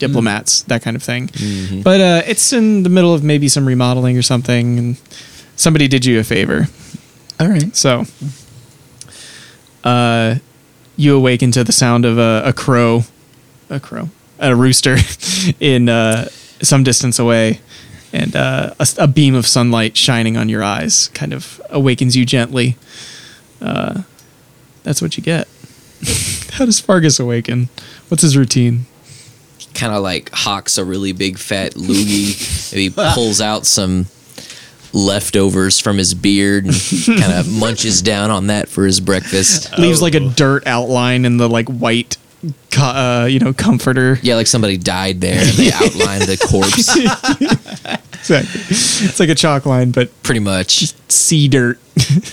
Speaker 6: diplomats, that kind of thing.
Speaker 2: Mm-hmm.
Speaker 6: But uh, it's in the middle of maybe some remodeling or something, and somebody did you a favor.
Speaker 2: All right.
Speaker 6: So, uh, you awaken to the sound of a, a crow, a crow, a rooster, in uh, some distance away, and uh, a, s- a beam of sunlight shining on your eyes kind of awakens you gently. Uh, that's what you get. How does Fargus awaken? What's his routine?
Speaker 8: Kind of like hawks a really big fat loogie. and he pulls out some leftovers from his beard and kind of munches down on that for his breakfast.
Speaker 6: leaves like a dirt outline in the like white, co- uh, you know, comforter.
Speaker 8: Yeah, like somebody died there and they outlined the corpse
Speaker 6: Exactly. it's like a chalk line, but
Speaker 8: pretty much.
Speaker 6: sea dirt.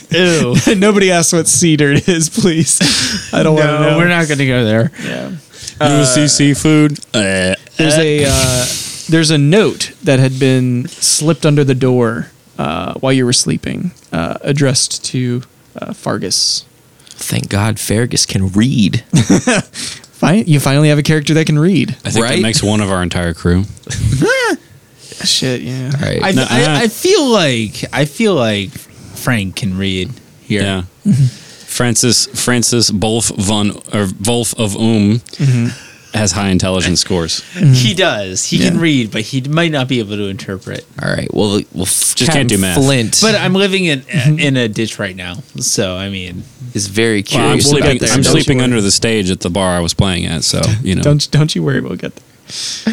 Speaker 6: Ew. Nobody asks what sea dirt is, Oh, please. I don't want to know.
Speaker 2: not going to go there.
Speaker 6: Yeah.
Speaker 5: UCC food. Uh,
Speaker 6: there's a uh, there's a note that had been slipped under the door uh, while you were sleeping, uh, addressed to uh, Fargus.
Speaker 8: Thank God Fergus can read.
Speaker 6: Fi- you finally have a character that can read.
Speaker 5: I think
Speaker 8: Right?
Speaker 5: that makes one of our entire crew.
Speaker 6: Shit, yeah.
Speaker 8: Right.
Speaker 2: I,
Speaker 5: No,
Speaker 2: I,
Speaker 5: uh,
Speaker 2: I feel like I feel like Frank can read here.
Speaker 5: Yeah. Francis Francis Wolf von or Wolf of Um has high intelligence scores.
Speaker 2: He does. He can read, but he might not be able to interpret.
Speaker 8: All right. Well, well just
Speaker 5: can't do math.
Speaker 8: Flint
Speaker 2: But I'm living in in a ditch right now, so I mean,
Speaker 8: is very
Speaker 5: Well, I'm
Speaker 8: curious about
Speaker 5: sleeping,
Speaker 8: this.
Speaker 5: I'm
Speaker 8: note.
Speaker 5: sleeping under the stage at the bar I was playing at, so you know.
Speaker 6: Don't don't you worry, we'll get there.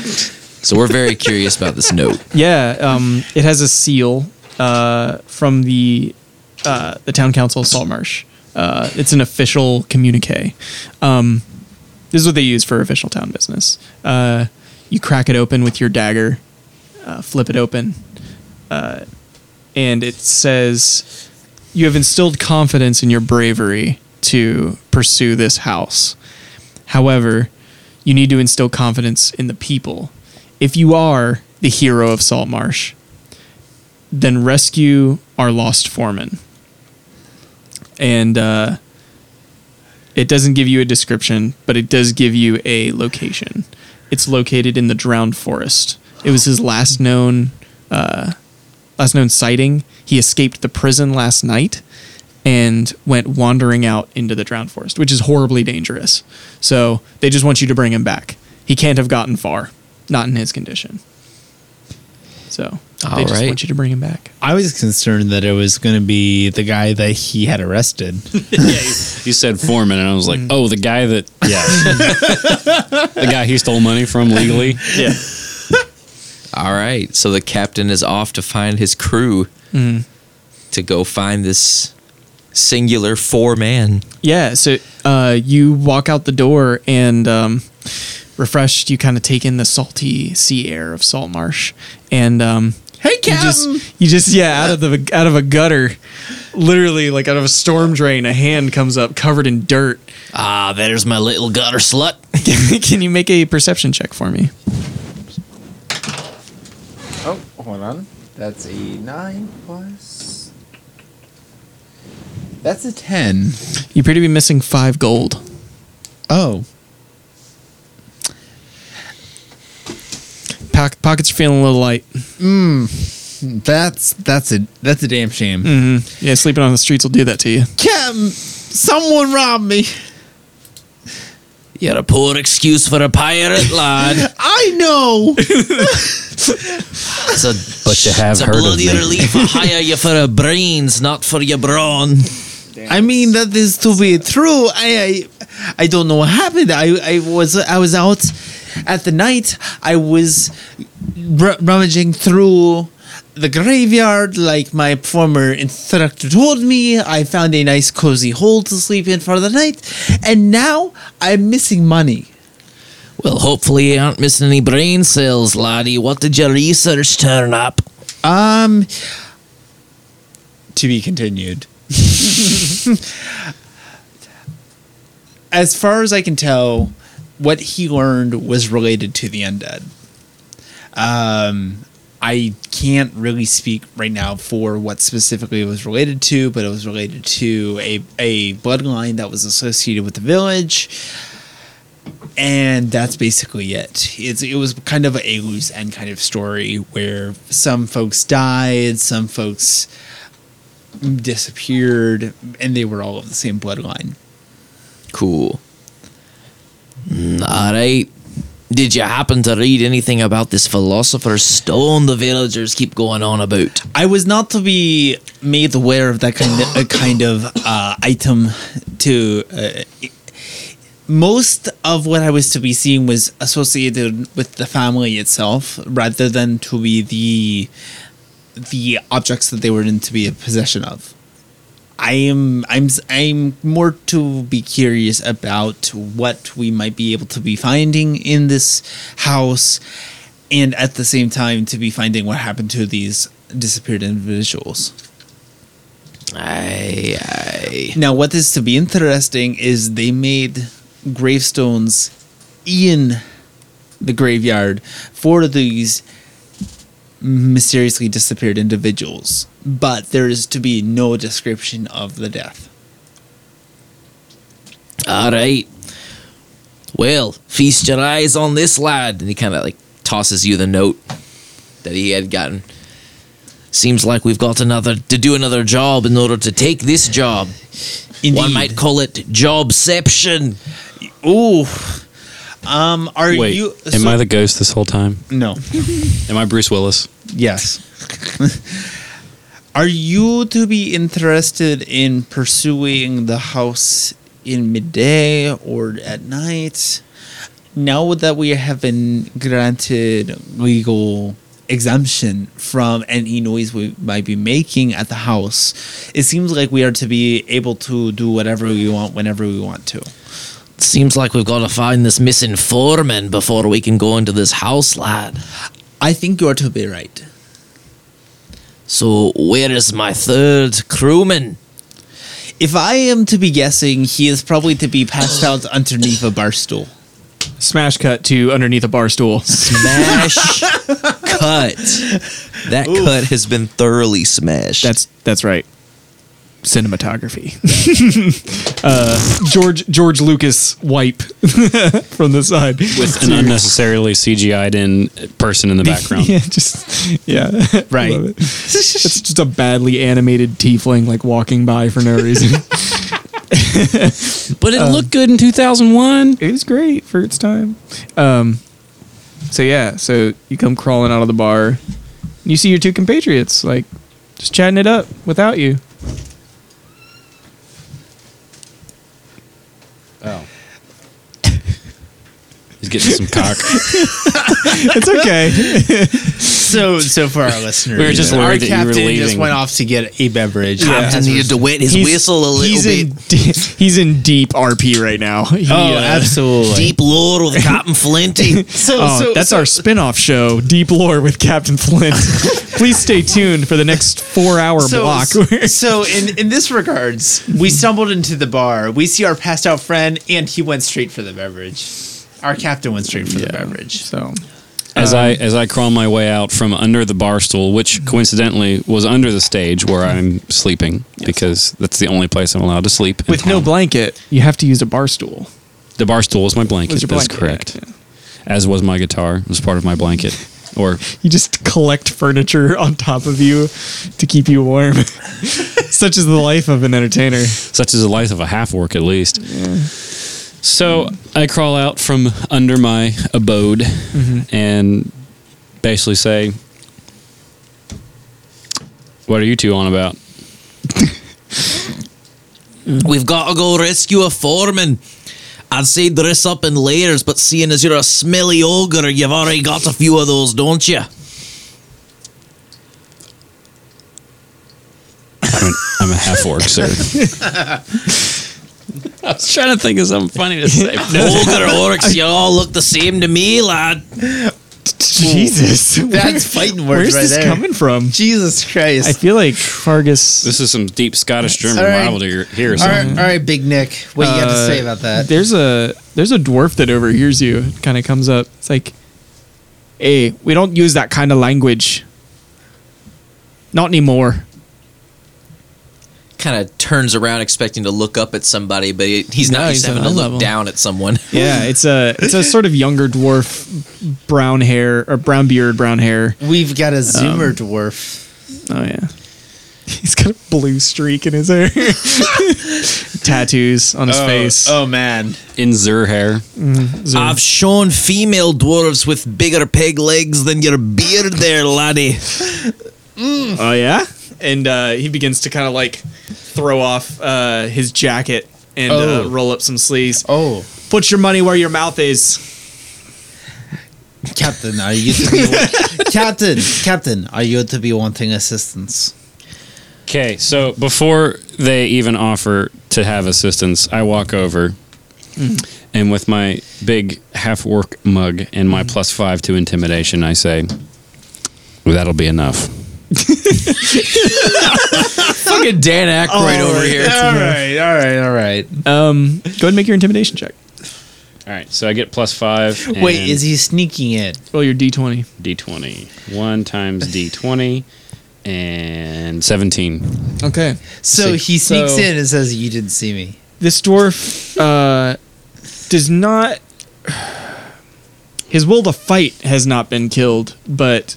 Speaker 8: So we're very curious about this note.
Speaker 6: Yeah, um, it has a seal uh, from the uh, the town council of Saltmarsh. Uh, it's an official communique. Um, this is what they use for official town business. Uh, you crack it open with your dagger, uh, flip it open, uh, and it says, "You have instilled confidence in your bravery to pursue this house. However, you need to instill confidence in the people. If you are the hero of Saltmarsh, then rescue our lost foreman. And uh, it doesn't give you a description, but it does give you a location. It's located in the drowned forest. It was his last known, uh, last known sighting. He escaped the prison last night and went wandering out into the drowned forest, which is horribly dangerous. So they just want you to bring him back. He can't have gotten far, not in his condition. So they
Speaker 8: All
Speaker 6: just
Speaker 8: right.
Speaker 6: want you to bring him back.
Speaker 2: I was concerned that it was going to be the guy that he had arrested.
Speaker 5: You said foreman, and I was like, oh, the guy that yeah, the guy he stole money from legally. Yeah,
Speaker 8: All right. So the captain is off to find his crew
Speaker 5: Mm.
Speaker 8: to go find this singular four man.
Speaker 6: Yeah, so uh, you walk out the door and um, refreshed, you kind of take in the salty sea air of salt marsh, and um, hey, you just, you just yeah, out of the out of a gutter, literally like out of a storm drain, a hand comes up covered in dirt.
Speaker 8: Ah, there's my little gutter slut.
Speaker 6: Can you make a perception check for me?
Speaker 9: Oh, hold on. That's a nine plus. That's a ten.
Speaker 6: You appear to be missing five gold.
Speaker 2: Oh,
Speaker 6: Pock- pockets are feeling a little light.
Speaker 2: that's that's a that's a damn shame.
Speaker 9: Hmm.
Speaker 6: Yeah, sleeping on the streets will do that to you.
Speaker 2: Captain, someone robbed me.
Speaker 8: You're a poor excuse for a pirate, lad.
Speaker 2: I know.
Speaker 8: It's a, but
Speaker 5: you have
Speaker 8: it's a
Speaker 5: heard of
Speaker 8: bloody
Speaker 5: me.
Speaker 8: relief. I hire you for your brains, not for your brawn.
Speaker 2: I mean that is to be true. I, I I don't know what happened. I I was I was out at the night. I was r- rummaging through the graveyard like my former instructor told me. I found a nice cozy hole to sleep in for the night, and now I'm missing money.
Speaker 8: Well, hopefully you aren't missing any brain cells, laddie. What did your research turn up?
Speaker 2: Um, to be continued. as far as I can tell, what he learned was related to the undead. Um, I can't really speak right now for what specifically it was related to, but it was related to a, a bloodline that was associated with the village. And that's basically it. It's, it was kind of a loose end kind of story where some folks died, some folks disappeared, and they were all of the same bloodline.
Speaker 8: Cool. Mm, all right. Did you happen to read anything about this philosopher's stone the villagers keep going on about?
Speaker 2: I was not to be made aware of that kind of, uh, kind of uh, item. To uh, most of what I was to be seeing was associated with the family itself, rather than to be the the objects that they were in to be in possession of. I am I'm s- I'm more to be curious about what we might be able to be finding in this house and at the same time to be finding what happened to these disappeared individuals.
Speaker 8: Aye, aye.
Speaker 2: Now what is to be interesting is they made gravestones in the graveyard for these mysteriously disappeared individuals, but there is to be no description of the death.
Speaker 8: All right. Well, feast your eyes on this lad. And he kind of like tosses you the note that he had gotten. Seems like we've got another to do another job in order to take this job. One
Speaker 2: Indeed.
Speaker 8: might call it jobception.
Speaker 2: Ooh. Um, are
Speaker 5: Wait,
Speaker 2: you?
Speaker 5: am
Speaker 2: so-
Speaker 5: I the ghost this whole time?
Speaker 2: no.
Speaker 5: Am I Bruce Willis?
Speaker 2: Yes. Are you to be interested in pursuing the house in midday or at night? Now that we have been granted legal exemption from any noise we might be making at the house, it seems like we are to be able to do whatever we want whenever we want to.
Speaker 8: Seems like we've got to find this missing foreman before we can go into this house, lad.
Speaker 2: I think you are to be right.
Speaker 8: So where is my third crewman?
Speaker 2: If I am to be guessing, he is probably to be passed out underneath a bar stool.
Speaker 6: Smash cut to underneath a bar stool.
Speaker 8: Smash cut. That cut has been thoroughly smashed.
Speaker 6: That's that's right. Cinematography. uh, George George Lucas wipe from the side
Speaker 5: With an unnecessarily CGI'd in person in the background.
Speaker 6: Yeah, just yeah, right. It's just a badly animated tiefling like walking by for no reason.
Speaker 5: But it
Speaker 6: uh,
Speaker 5: looked good in 2001.
Speaker 6: it was great for its time. Um, so yeah, so you come crawling out of the bar, and you see your two compatriots like just chatting it up without you.
Speaker 5: He's getting some cock.
Speaker 6: It's okay.
Speaker 2: So, so for our listeners,
Speaker 5: We were just
Speaker 2: our
Speaker 5: worried that you were
Speaker 2: captain just
Speaker 5: leaving.
Speaker 2: went off to get a beverage.
Speaker 8: Captain needed to wet his whistle a little
Speaker 6: he's
Speaker 8: bit.
Speaker 6: In, de- he's in deep RP right now. He,
Speaker 2: Oh,
Speaker 6: uh,
Speaker 2: absolutely.
Speaker 8: Deep lore with Captain Flinty.
Speaker 2: So,
Speaker 6: oh, that's our spin-off show, Deep Lore with Captain Flint. Please stay tuned for the next four-hour
Speaker 2: so,
Speaker 6: block.
Speaker 2: so in in this regards, we stumbled into the bar. We see our passed out friend, and he went straight for the beverage. Our captain went straight for the beverage.
Speaker 6: so
Speaker 5: as I
Speaker 6: Um,
Speaker 5: as I crawl my way out from under the bar stool,
Speaker 6: Mm-hmm.
Speaker 5: which coincidentally was under the stage where I'm sleeping because that's the only place I'm allowed to sleep. in
Speaker 6: with no
Speaker 5: town.
Speaker 6: blanket, you have to use a bar stool.
Speaker 5: the bar stool was my blanket.
Speaker 6: Was your
Speaker 5: that's
Speaker 6: blanket,
Speaker 5: correct. As was my guitar. It was part of my blanket. Or
Speaker 6: You just collect furniture on top of you to keep you warm. Such is the life of an entertainer.
Speaker 5: such is the life of a half work at least. So I crawl out from under my abode
Speaker 6: Mm-hmm.
Speaker 5: and basically say, "What are you two on about?"
Speaker 8: We've got to go rescue a foreman. I'd say dress up in layers, but seeing as you're a smelly ogre, you've already got a few of those, don't you?
Speaker 5: I'm, an, I'm a half orc, sir. I was trying to think of something funny to say.
Speaker 8: ogre orcs, you all look the same to me, lad.
Speaker 6: Jesus,
Speaker 2: That's fighting
Speaker 6: where's
Speaker 2: words right
Speaker 6: this
Speaker 2: there.
Speaker 6: coming from?
Speaker 2: Jesus
Speaker 6: I
Speaker 2: Christ!
Speaker 6: feel like Fargus.
Speaker 5: This is some deep Scottish German
Speaker 2: All right.
Speaker 5: rivalry here. So
Speaker 2: all right, all right, Big Nick, what do you have to
Speaker 6: Uh,
Speaker 2: say about that?
Speaker 6: There's a there's a dwarf that overhears you. Kind of comes up. It's like, hey, we don't use that kind of language. Not anymore.
Speaker 8: Kind of turns around expecting to look up at somebody, but he- he's
Speaker 6: No,
Speaker 8: not
Speaker 6: he's
Speaker 8: he's having
Speaker 6: on
Speaker 8: to
Speaker 6: that
Speaker 8: look
Speaker 6: level.
Speaker 8: down at someone.
Speaker 6: Yeah, it's a it's a sort of younger dwarf, brown hair or brown beard, brown hair.
Speaker 2: We've got a Zoomer dwarf.
Speaker 6: Oh yeah. He's got a blue streak in his hair. Tattoos on his face.
Speaker 2: Oh man,
Speaker 5: in Zur hair.
Speaker 6: Ah.
Speaker 8: I've shown female dwarves with bigger peg legs than your beard there, laddie.
Speaker 6: Oh yeah. And uh, he begins to kind of like throw off uh, his jacket and uh,
Speaker 2: Oh.
Speaker 6: roll up some sleeves.
Speaker 2: oh
Speaker 6: Put your money where your mouth is.
Speaker 2: Captain, are you to be Captain? Captain, are you to be wanting assistance?
Speaker 5: Okay, so before they even offer to have assistance, I walk over and with my big half orc mug and my plus five to intimidation, I say, "Well, That'll be enough.
Speaker 8: Fucking Dan Aykroyd over here.
Speaker 2: All right, all right, all right.
Speaker 6: Um, go ahead and make your intimidation check.
Speaker 5: All right, so I get plus five.
Speaker 2: Wait,
Speaker 5: and
Speaker 2: is he sneaking it?
Speaker 6: Roll your d20.
Speaker 5: D20. One times D20 and 17.
Speaker 6: Okay.
Speaker 2: So
Speaker 5: See.
Speaker 2: he sneaks
Speaker 6: So-
Speaker 2: in and says, "You didn't see me."
Speaker 6: This dwarf uh, does not. His will to fight has not been killed, but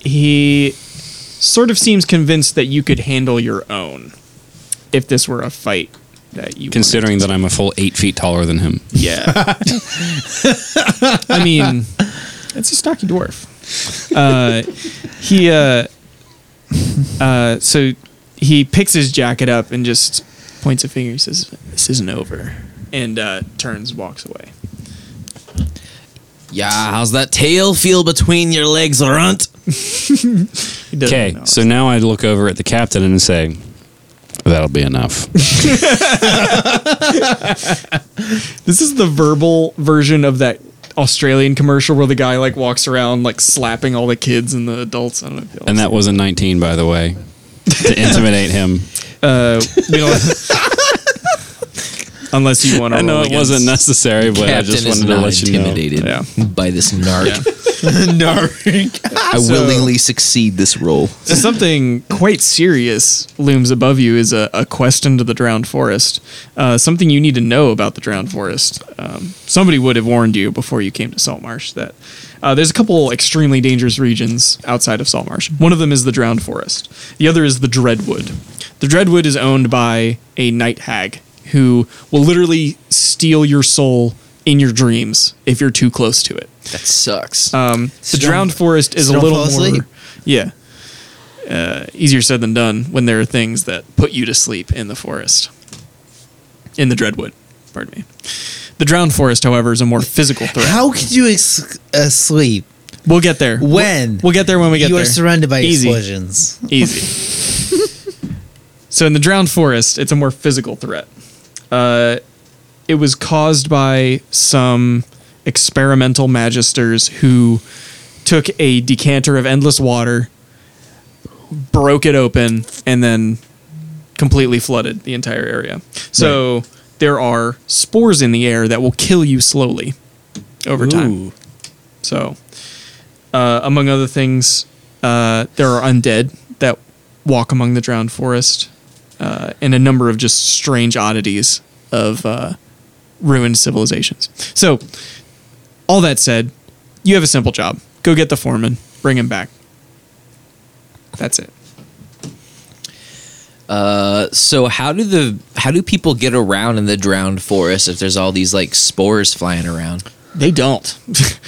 Speaker 6: he sort of seems convinced that you could handle your own if this were a fight that you wanted
Speaker 5: Considering that I'm a full eight feet taller than him.
Speaker 6: Yeah. I mean, it's a stocky dwarf. Uh, he uh, uh, so he picks his jacket up and just points a finger. He says, "This isn't over," and uh, turns, walks away.
Speaker 8: Yeah, how's that tail feel between your legs, runt?
Speaker 6: He doesn't
Speaker 5: Okay,
Speaker 6: know.
Speaker 5: so now I look over at the captain and say, that'll be enough.
Speaker 6: this is the verbal version of that Australian commercial where the guy like walks around like slapping all the kids and the adults. I don't know. If y'all
Speaker 5: and that was a 19, by the way, to intimidate him.
Speaker 6: Uh, we don't. Unless you want to.
Speaker 5: I know it wasn't necessary, but I
Speaker 8: Captain is
Speaker 5: just wanted to
Speaker 8: not
Speaker 5: let you know.
Speaker 8: intimidated
Speaker 6: Yeah.
Speaker 8: by this narc.
Speaker 2: Narc.
Speaker 8: I willingly succeed this role.
Speaker 6: So something quite serious looms above you is a, a quest into the drowned forest. Uh, something you need to know about the drowned forest. Um, somebody would have warned you before you came to Saltmarsh that uh, there's a couple extremely dangerous regions outside of Saltmarsh. One of them is the drowned forest. The other is the Dreadwood. The Dreadwood is owned by a night hag who will literally steal your soul in your dreams if you're too close to it.
Speaker 8: That sucks.
Speaker 6: Um, the
Speaker 2: don't-
Speaker 6: drowned forest is a
Speaker 2: so don't
Speaker 6: little
Speaker 2: fall
Speaker 6: more.
Speaker 2: asleep.
Speaker 6: Yeah. Uh, easier said than done when there are things that put you to sleep in the forest. In the Dreadwood, pardon me. The drowned forest, however, is a more physical threat.
Speaker 2: How could you ex- asleep
Speaker 6: we'll get there.
Speaker 2: when
Speaker 6: We'll get there when we get
Speaker 2: you
Speaker 6: there.
Speaker 2: are surrounded by
Speaker 6: Easy.
Speaker 2: explosions?
Speaker 6: Easy. so in the drowned forest, it's a more physical threat. Uh, it was caused by some experimental magisters who took a decanter of endless water, broke it open, and then completely flooded the entire area. So there are spores in the air that will kill you slowly over time. So, uh, among other things, uh, there are undead that walk among the drowned forest, uh, and a number of just strange oddities of uh, ruined civilizations. So, all that said, you have a simple job: go get the foreman, bring him back. That's it.
Speaker 8: so how do the how do people get around in the drowned forest if there's all these like spores flying around?
Speaker 6: They don't.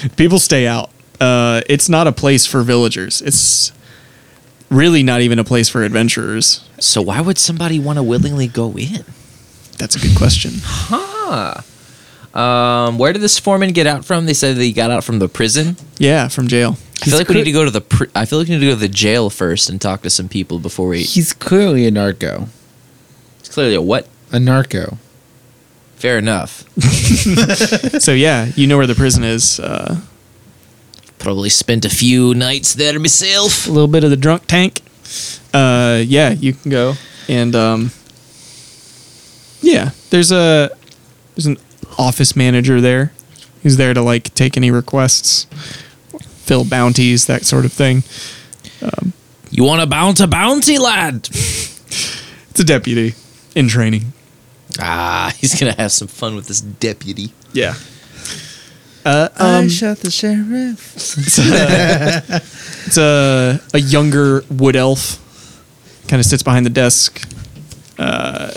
Speaker 6: People stay out. Uh, it's not a place for villagers. It's really not even a place for adventurers.
Speaker 8: So why would somebody want to willingly go in?
Speaker 6: That's a good question.
Speaker 8: Um, where did this foreman get out from? They said that he got out from the prison.
Speaker 6: Yeah, from jail.
Speaker 8: I feel like we need to go to the. Pr- I feel like we need to go to the jail first and talk to some people before we.
Speaker 2: He's clearly a narco.
Speaker 8: It's clearly a what?
Speaker 2: A narco.
Speaker 8: Fair enough.
Speaker 6: so yeah, you know where the prison is. Uh,
Speaker 8: Probably spent a few nights there myself.
Speaker 6: a little bit of the drunk tank. Uh, yeah, you can go and um, yeah, there's a there's an office manager there who's there to like take any requests, fill bounties, that sort of thing. Um,
Speaker 8: You want to bounce a bounty, lad?
Speaker 6: It's a deputy in training.
Speaker 8: Ah, he's gonna have some fun with this deputy.
Speaker 6: Yeah.
Speaker 2: I shot the sheriff.
Speaker 6: It's a, a younger wood elf. Kind of sits behind the desk. Uh,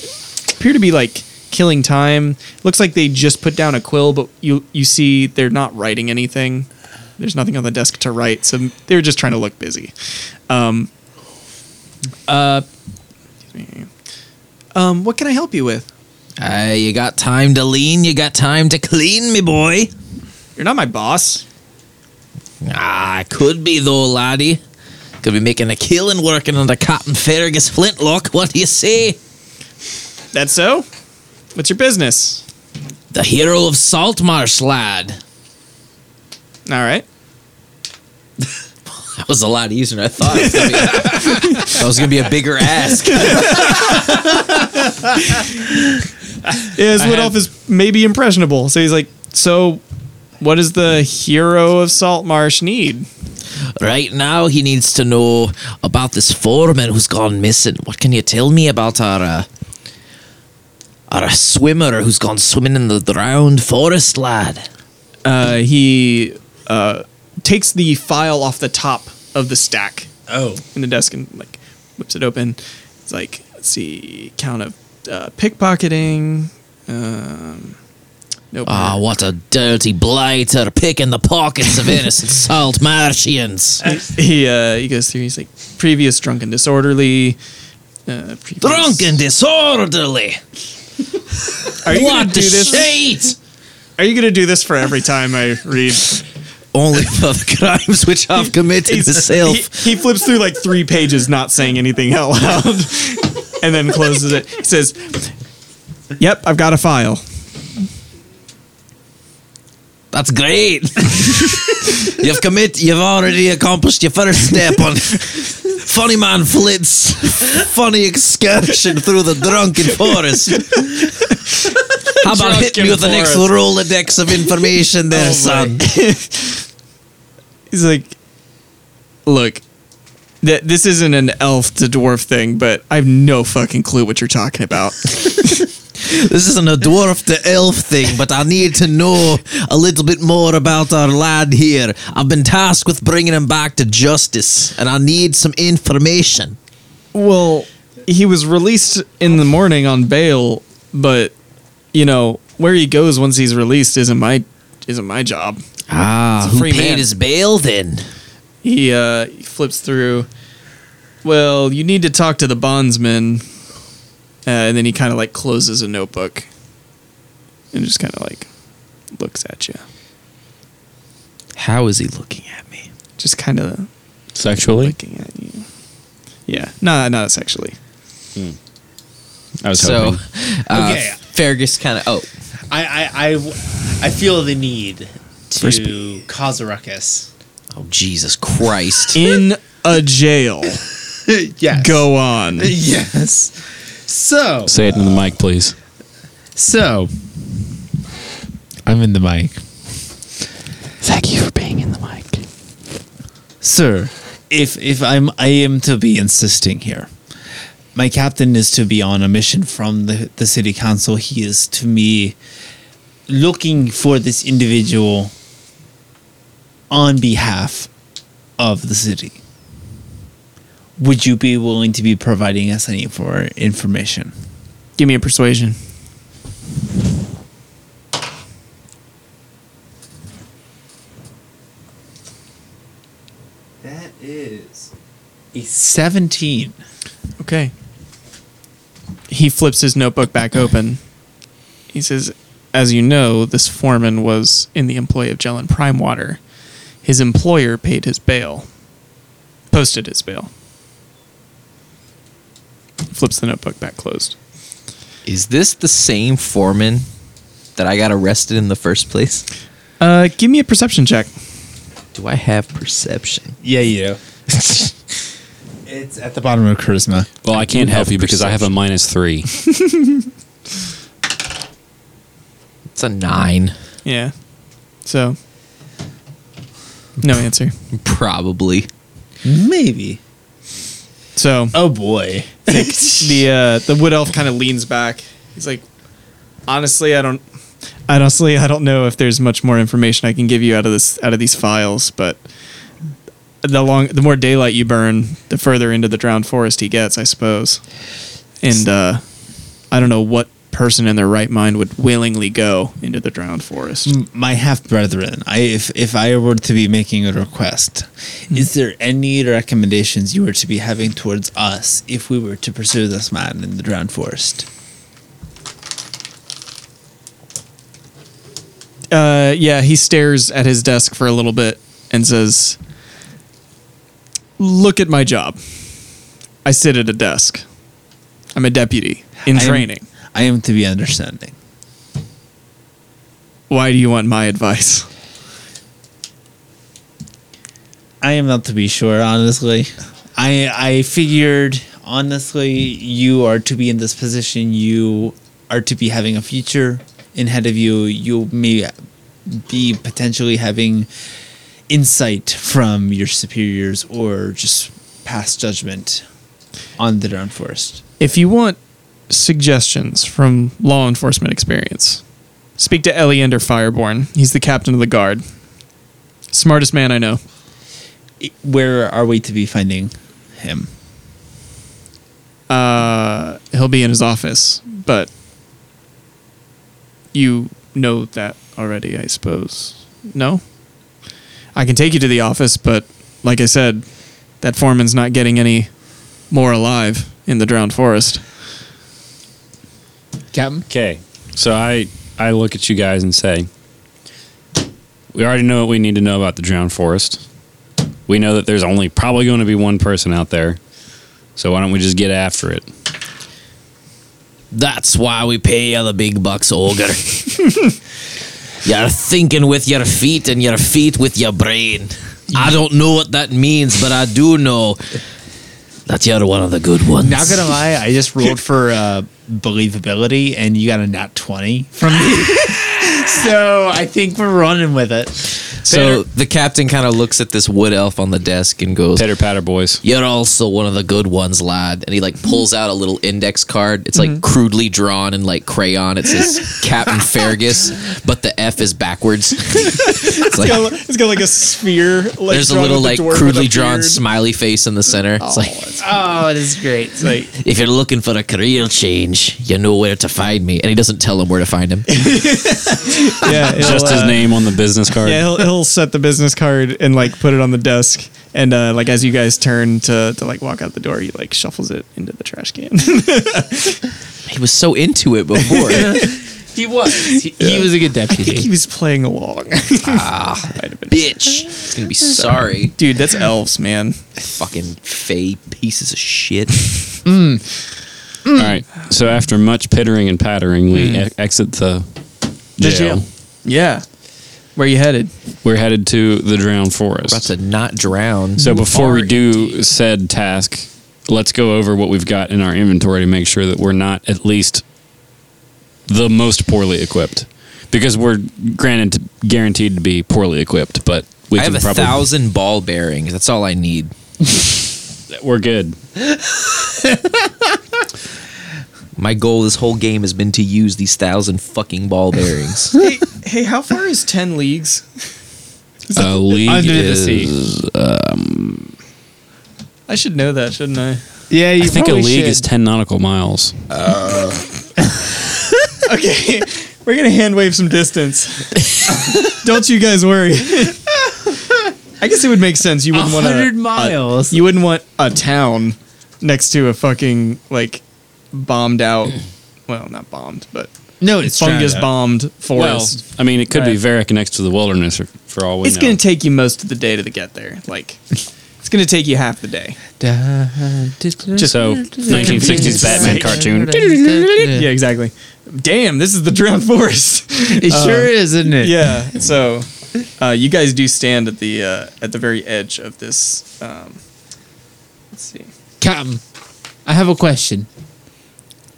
Speaker 6: appear to be like killing time. Looks like they just put down a quill, but you you see they're not writing anything. There's nothing on the desk to write, so they're just trying to look busy. Um, uh, excuse me. um, what can I help you with?
Speaker 8: Ah, you got time to lean. You got time to clean, me boy.
Speaker 6: You're not my boss.
Speaker 8: Ah, could be though, laddie. Could be making a killing working on the Captain Fergus flintlock. What do you say?
Speaker 6: That's so. What's your business?
Speaker 8: The hero of Saltmarsh, lad.
Speaker 6: All right.
Speaker 8: That was a lot easier than I thought. It was gonna be. that was gonna be a bigger ask.
Speaker 6: Yeah, his wood elf is maybe impressionable. So he's like, So, what does the hero of Saltmarsh need?
Speaker 8: Right now, he needs to know about this foreman who's gone missing. What can you tell me about our uh, our swimmer who's gone swimming in the drowned forest, lad?
Speaker 6: Uh, he uh, takes the file off the top of the stack
Speaker 2: Oh,
Speaker 6: in the desk and like whips it open. It's like let's see, count of uh, pickpocketing. Um, nope.
Speaker 8: Ah, what a dirty blighter picking the pockets of innocent salt Martians.
Speaker 6: he uh, he goes through. He's like previous drunken disorderly. Uh, previous-
Speaker 8: Drunk and disorderly.
Speaker 6: Are you gonna
Speaker 8: What
Speaker 6: do
Speaker 8: the
Speaker 6: this?
Speaker 8: shit?
Speaker 6: Are you gonna do this for every time I read?
Speaker 8: Only for the crimes which I've committed
Speaker 6: He's-
Speaker 8: myself.
Speaker 6: He, he flips through like three pages, not saying anything out loud, and then closes it. He says, "Yep, I've got a file."
Speaker 8: That's great. you've commit. You've already accomplished your first step on Funny Man Flit's funny excursion through the drunken forest. How about hit me with the next Rolodex of information there, son?
Speaker 6: He's like, "Look, th- this isn't an elf to dwarf thing, but I have no fucking clue what you're talking about."
Speaker 8: This isn't a dwarf to elf thing, but I need to know a little bit more about our lad here. I've been tasked with bringing him back to justice, and I need some information.
Speaker 6: Well, he was released in the morning on bail, but you know where he goes once he's released isn't my isn't my job.
Speaker 8: Ah,
Speaker 6: who
Speaker 8: who paid
Speaker 6: paid
Speaker 8: his bail then?
Speaker 6: He uh, he flips through. Well, you need to talk to the bondsman, uh, and then he kind of like closes a notebook, and just kind of like looks at you,
Speaker 8: How is he looking at me?
Speaker 6: just kind of
Speaker 5: Sexually?
Speaker 6: looking at you. Yeah, no, not sexually.
Speaker 5: I was
Speaker 8: So,
Speaker 5: hoping.
Speaker 8: uh,
Speaker 2: Okay.
Speaker 8: Fergus kind of. Oh,
Speaker 2: I, I, I, I feel the need to cause a ruckus.
Speaker 8: oh, Jesus Christ!
Speaker 6: In a jail.
Speaker 2: yes.
Speaker 6: Go on.
Speaker 2: Yes. So,
Speaker 5: Say it in the mic, please.
Speaker 2: so I'm in the mic.
Speaker 5: Thank you for being in the mic.
Speaker 2: Sir, if if I'm I am to be insisting here. My captain is to be on a mission from the, the city council. He is to me looking for this individual on behalf of the city. Would you be willing to be providing us any for information?
Speaker 6: Give me a persuasion.
Speaker 2: That is a 17.
Speaker 6: Okay. He flips his notebook back open. He says, As you know, this foreman was in the employ of Jellin Primewater. His employer paid his bail, posted his bail. Flips the notebook back closed.
Speaker 8: Is this the same foreman that I got arrested in the first place?
Speaker 6: Uh, give me a perception check.
Speaker 8: Do I have perception?
Speaker 2: Yeah, you do. it's at the bottom of charisma.
Speaker 5: Well, I can't help you because I have a minus three.
Speaker 8: It's a nine,
Speaker 6: Yeah. So, no answer.
Speaker 8: probably.
Speaker 2: Maybe.
Speaker 6: So,
Speaker 2: Oh boy.
Speaker 6: the uh, the wood elf kind of leans back. He's like, honestly, I don't, honestly, I don't know if there's much more information I can give you out of this out of these files, but the long the more daylight you burn, the further into the drowned forest he gets, I suppose. And uh, I don't know what person in their right mind would willingly go into the drowned forest.
Speaker 2: my half brethren, I if if I were to be making a request, is there any recommendations you were to be having towards us if we were to pursue this man in the drowned forest?
Speaker 6: Uh, yeah, he stares at his desk for a little bit and says, "Look at my job. I sit at a desk. I'm a deputy in
Speaker 2: I am-
Speaker 6: training.
Speaker 2: I am to be understanding.
Speaker 6: Why do you want my advice?
Speaker 2: I am not to be sure, honestly. I I figured honestly you are to be in this position, you are to be having a future in ahead of you. You may be potentially having insight from your superiors or just past judgment on the Drowned Forest.
Speaker 6: If you want suggestions from law enforcement experience, speak to Eleander Fireborn. He's the captain of the guard. Smartest man I know.
Speaker 2: I- Where are we to be finding him?
Speaker 6: Uh, he'll be in his office, but you know that already, I suppose. No? I can take you to the office, but like I said, that foreman's not getting any more alive in the drowned forest.
Speaker 2: Captain?
Speaker 5: Okay. So I I look at you guys and say, we already know what we need to know about the drowned forest. We know that there's only probably going to be one person out there. So why don't we just get after it?
Speaker 8: That's why we pay you the big bucks, Olger. You're thinking with your feet and your feet with your brain. I don't know what that means, but I do know that you're one of the good ones.
Speaker 2: Not gonna lie, I just rolled for uh, believability, and you got a nat twenty from me. so I think we're running with it.
Speaker 8: so the captain kind of looks at this wood elf on the desk and goes,
Speaker 5: Pitter patter, boys.
Speaker 8: You're also one of the good ones, lad. And he like pulls out a little index card. It's like crudely drawn in like crayon. It says Captain Fergus, but the F is backwards. It's like-
Speaker 6: it's got like a sphere. Like,
Speaker 8: there's a little like crudely drawn smiley face in the center. It's like
Speaker 2: Oh, it is great.
Speaker 6: like
Speaker 8: if you're looking for a career change, you know where to find me. And he doesn't tell him where to find him.
Speaker 6: yeah,
Speaker 5: Just his name on the business card.
Speaker 6: Yeah, he'll, he'll set the business card and like put it on the desk. And uh, like as you guys turn to, to like walk out the door, he like shuffles it into the trash can.
Speaker 8: He was so into it before.
Speaker 3: He was. He,
Speaker 2: He was a good
Speaker 6: I think
Speaker 2: deputy.
Speaker 6: he was playing along. Might have been-
Speaker 8: Bitch, he's gonna be sorry.
Speaker 6: Dude, that's elves, man.
Speaker 8: Fucking fey pieces of shit.
Speaker 5: All right. So after much pittering and pattering, we e- exit the jail.
Speaker 6: Yeah. Where you headed?
Speaker 5: We're headed to the drowned forest.
Speaker 8: About to not drown.
Speaker 5: So before we do said task, let's go over what we've got in our inventory to make sure that we're not at least the most poorly equipped. Because we're granted guaranteed to be poorly equipped, but we
Speaker 8: I
Speaker 5: can
Speaker 8: have a
Speaker 5: probably
Speaker 8: thousand ball bearings. That's all I need.
Speaker 5: we're good.
Speaker 8: My goal this whole game has been to use these thousand fucking ball bearings.
Speaker 6: Hey, hey, how far is 10 leagues?
Speaker 5: Uh, league
Speaker 2: Under the
Speaker 5: is,
Speaker 2: sea.
Speaker 6: I should know that, shouldn't I?
Speaker 2: Yeah, you
Speaker 5: I think a
Speaker 2: probably
Speaker 5: league
Speaker 2: should.
Speaker 5: is ten nautical miles.
Speaker 8: Uh,
Speaker 6: Okay. We're going to hand wave some distance. Don't you guys worry. I guess it would make sense. You wouldn't want
Speaker 2: hundred
Speaker 6: to.
Speaker 2: miles.
Speaker 6: You wouldn't want a town next to a fucking like bombed out. Well, not bombed, but
Speaker 2: no, it's
Speaker 6: fungus
Speaker 2: Strata.
Speaker 6: bombed
Speaker 5: Well,
Speaker 6: forest.
Speaker 5: I mean, it could be
Speaker 6: Right.
Speaker 5: Varick next to the wilderness, for, for all we
Speaker 6: it's
Speaker 5: know.
Speaker 6: gonna take you most of the day to get there. Like, it's gonna take you half the day.
Speaker 5: Just so 1960s Batman cartoon.
Speaker 6: Yeah, exactly. Damn, this is the drowned forest.
Speaker 2: It sure is, isn't it?
Speaker 6: yeah. So, uh, you guys do stand at the uh, at the very edge of this. Um, let's see.
Speaker 2: Captain, I have a question.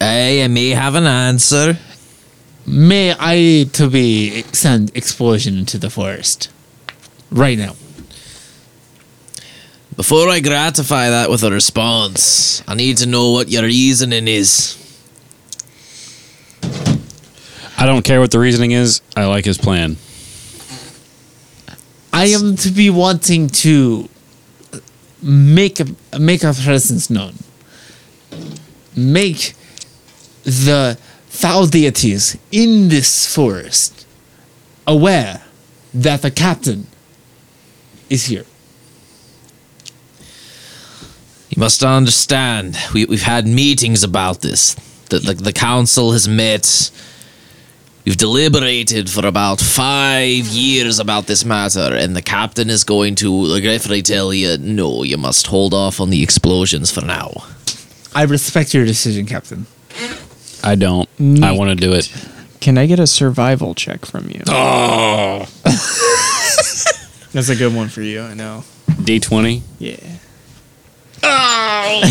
Speaker 8: I may have an answer.
Speaker 2: May I to be send explosion into the forest right now?
Speaker 8: Before I gratify that with a response, I need to know what your reasoning is.
Speaker 5: I don't care what the reasoning is. I like his plan.
Speaker 2: I am to be wanting to make a, make our presence known. Make the foul deities in this forest aware that the captain is here.
Speaker 8: You must understand, we, we've had meetings about this. The, the, the council has met. We've deliberated for about five years about this matter, and the captain is going to regretfully tell you no, you must hold off on the explosions for now.
Speaker 2: I respect your decision, Captain.
Speaker 5: I don't. I want to do it.
Speaker 6: Can I get a survival check from you? Oh. That's a good one for you. I know.
Speaker 5: D twenty.
Speaker 6: Yeah.
Speaker 8: God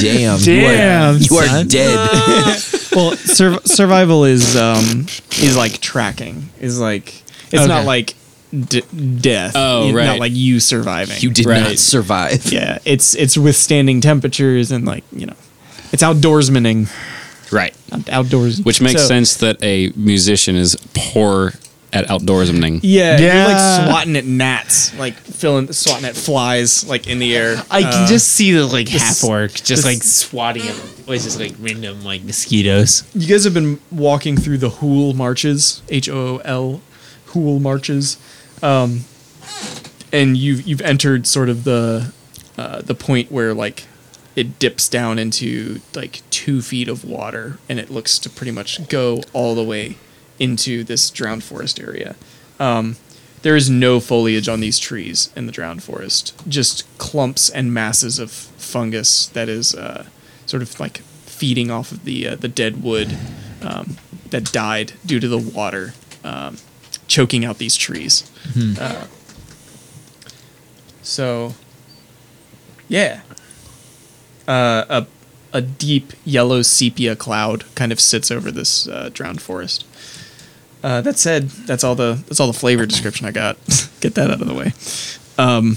Speaker 8: damn. You are, you are dead.
Speaker 6: well, sur- survival is um is like tracking. Is like it's not
Speaker 2: Okay.
Speaker 6: like d- death.
Speaker 5: Oh,
Speaker 6: It's Not
Speaker 5: right.
Speaker 6: like you surviving.
Speaker 8: You did not
Speaker 5: Right.
Speaker 8: survive.
Speaker 6: yeah, it's it's withstanding temperatures and like you know, it's outdoorsmaning.
Speaker 5: Right.
Speaker 6: Out- Outdoors,
Speaker 5: Which makes
Speaker 6: So-
Speaker 5: sense that a musician is poor at outdoorsmaning.
Speaker 6: Yeah, you're
Speaker 2: Yeah.
Speaker 6: like swatting at gnats, like filling swatting at flies, like in the air.
Speaker 2: I can
Speaker 6: Uh,
Speaker 2: just see the like half orc
Speaker 6: this-
Speaker 2: just like swatting at was just like random like mosquitoes.
Speaker 6: You guys have been walking through the Hool marches, H O O L, Hool marches, um, and you've you've entered sort of the uh, the point where like it dips down into like two feet of water, and it looks to pretty much go all the way into this drowned forest area. Um, there is no foliage on these trees in the drowned forest, just clumps and masses of fungus that is uh, sort of like feeding off of the uh, the dead wood um, that died due to the water um, choking out these trees. Uh, so, yeah, uh, a a deep yellow sepia cloud kind of sits over this uh, drowned forest. Uh, that said, that's all the that's all the flavor description I got. Get that out of the way. Um,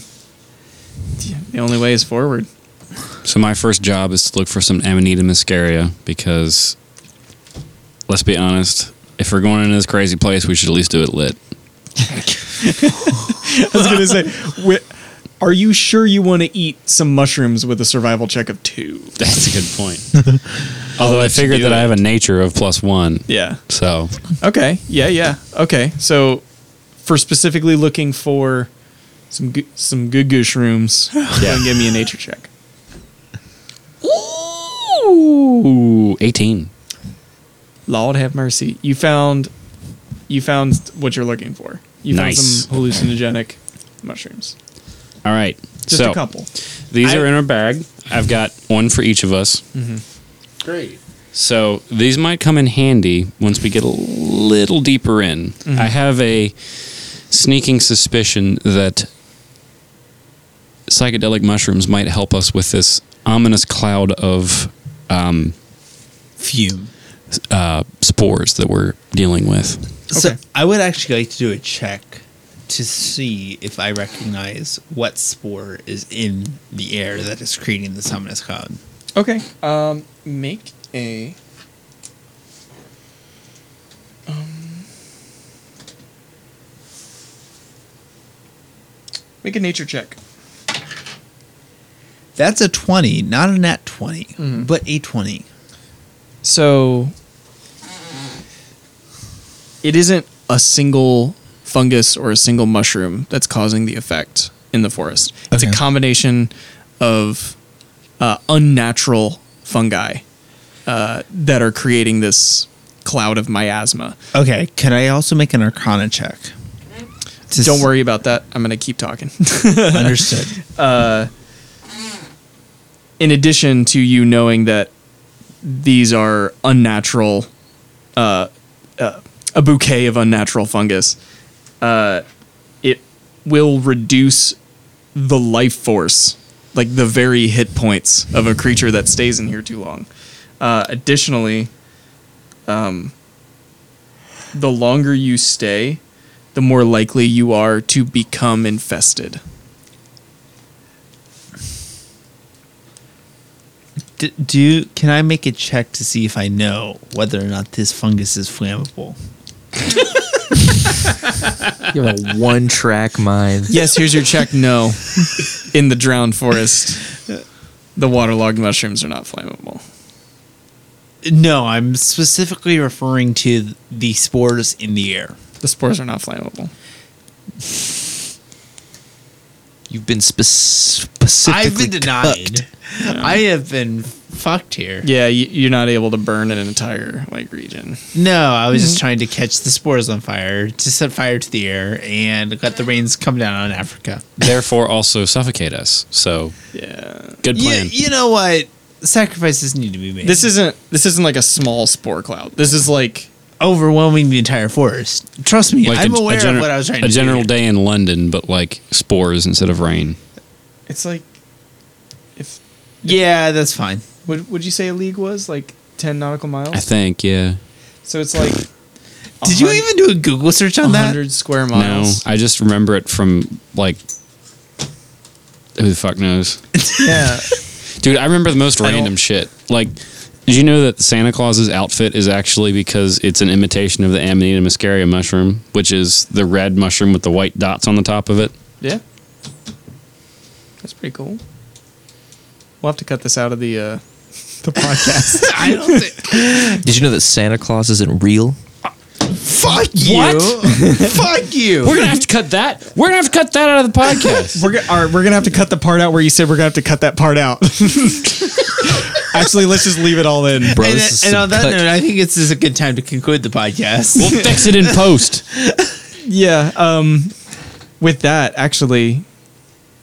Speaker 6: yeah, the only way is forward.
Speaker 5: So my first job is to look for some Amanita muscaria because, let's be honest, if we're going into this crazy place, we should at least do it lit.
Speaker 6: I was gonna say, wi- are you sure you want to eat some mushrooms with a survival check of two?
Speaker 5: That's a good point. Although I figured that I have a nature of plus one,
Speaker 6: Yeah.
Speaker 5: so
Speaker 6: Okay. Yeah. Yeah. Okay. So, for specifically looking for some goo some good goo shrooms, go and give me a nature check.
Speaker 5: ooh, eighteen.
Speaker 6: Lord have mercy. You found you found what you're looking for. You found
Speaker 5: Nice.
Speaker 6: some hallucinogenic mushrooms.
Speaker 5: All right,
Speaker 6: Just
Speaker 5: so
Speaker 6: a couple.
Speaker 5: these
Speaker 6: I-
Speaker 5: are in our bag. I've got one for each of us.
Speaker 2: Mm-hmm.
Speaker 9: Great.
Speaker 5: So these might come in handy once we get a little deeper in.
Speaker 2: Mm-hmm.
Speaker 5: I have a sneaking suspicion that psychedelic mushrooms might help us with this ominous cloud of
Speaker 2: Fume.
Speaker 5: uh, spores that we're dealing with.
Speaker 2: So I would actually like to do a check to see if I recognize what spore is in the air that is creating this ominous cloud.
Speaker 6: Okay. Um, make a. um, Make a nature check.
Speaker 2: That's a twenty, not a nat 20 but a twenty.
Speaker 6: So it isn't a single fungus or a single mushroom that's causing the effect in the forest. It's a
Speaker 2: Okay.
Speaker 6: combination of uh, unnatural fungi uh, that are creating this cloud of miasma.
Speaker 2: Okay, can I also make an Arcana check? To
Speaker 6: Don't worry about that. I'm going to keep talking.
Speaker 2: s- Understood.
Speaker 6: in addition to you knowing that these are unnatural, uh, uh, a bouquet of unnatural fungus, uh, it will reduce the life force, like the very hit points of a creature that stays in here too long. Uh, additionally, um, the longer you stay, the more likely you are to become infested.
Speaker 2: D- do you, can I make a check to see if I know whether or not this fungus is flammable?
Speaker 8: You're a one track mind.
Speaker 6: Yes, here's your check. No. In the drowned forest, the waterlogged mushrooms are not flammable.
Speaker 2: No, I'm specifically referring to the spores in the air.
Speaker 6: The spores are not flammable.
Speaker 8: You've been spec- specifically.
Speaker 2: I've been denied.
Speaker 8: cucked.
Speaker 2: I have been fucked here.
Speaker 6: Yeah, you, you're not able to burn an entire like region.
Speaker 2: No, I was just trying to catch the spores on fire, to set fire to the air, and let the rains come down on Africa.
Speaker 5: Therefore, also suffocate us. So
Speaker 6: Yeah,
Speaker 5: good
Speaker 2: You,
Speaker 5: plan.
Speaker 2: you know what? Sacrifices need to be made.
Speaker 6: this isn't this isn't like a small spore cloud. This is like
Speaker 2: overwhelming the entire forest. Trust me,
Speaker 5: Like
Speaker 2: I'm
Speaker 5: a- a
Speaker 2: aware
Speaker 5: gener-
Speaker 2: of what I was trying
Speaker 5: A
Speaker 2: to
Speaker 5: general
Speaker 2: do.
Speaker 5: day in London, but like spores instead of rain.
Speaker 6: it's like if
Speaker 2: Yeah, that's fine.
Speaker 6: would would you say a league was like ten nautical
Speaker 2: Oh.
Speaker 6: miles.
Speaker 5: I think, yeah.
Speaker 6: so it's like
Speaker 2: Did you even do a Google search on that?
Speaker 6: hundred square
Speaker 5: No,
Speaker 6: miles.
Speaker 5: I just remember it from like who the fuck knows,
Speaker 6: Yeah.
Speaker 5: dude. I remember the most
Speaker 6: I don't-
Speaker 5: random shit. Like, did you know that Santa Claus's outfit is actually because it's an imitation of the Amanita muscaria mushroom, which is the red mushroom with the white dots on the top of it?
Speaker 6: Yeah. That's pretty cool. We'll have to cut this out of the uh, the podcast.
Speaker 2: I don't think.
Speaker 8: Did you know that Santa Claus isn't real?
Speaker 2: Fuck you. Fuck you.
Speaker 5: We're gonna have to cut that. We're gonna have to cut that out of the podcast.
Speaker 6: we're gonna, all right, we're gonna have to cut the part out where you said we're gonna have to cut that part out. Actually, let's just leave it all in.
Speaker 8: Bro,
Speaker 2: and,
Speaker 8: this is
Speaker 2: and
Speaker 8: some
Speaker 2: on that
Speaker 8: cut-
Speaker 2: note, I think it's just a good time to conclude the podcast.
Speaker 5: we'll fix it in post.
Speaker 6: Yeah. Um, with that, actually,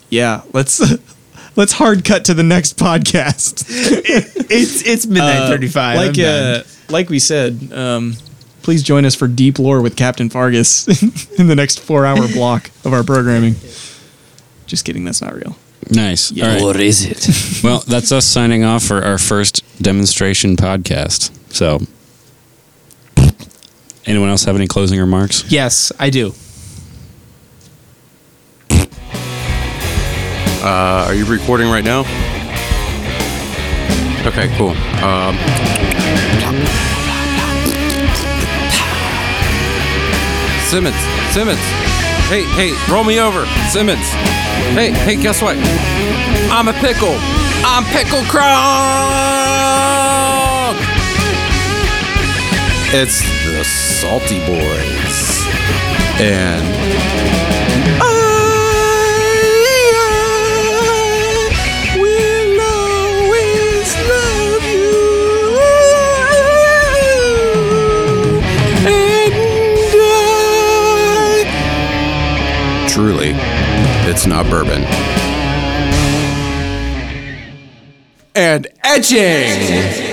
Speaker 6: yeah. Let's let's hard cut to the next podcast.
Speaker 2: it's it's midnight thirty five.
Speaker 6: Like uh, like we said, um, please join us for deep lore with Captain Fargus in the next four hour block of our programming. Just kidding. That's not real.
Speaker 5: Nice. All right.
Speaker 8: What is it?
Speaker 5: Well, that's us signing off for our first demonstration podcast. So, anyone else have any closing remarks?
Speaker 2: yes, I do.
Speaker 1: Uh, are you recording right now? Okay, cool. Um, Simmons, Simmons. Hey, hey, roll me over, Simmons. Hey, hey, guess what? I'm a pickle. I'm pickle Krong. It's the Salty Boys, and Truly, it's not bourbon. And etching!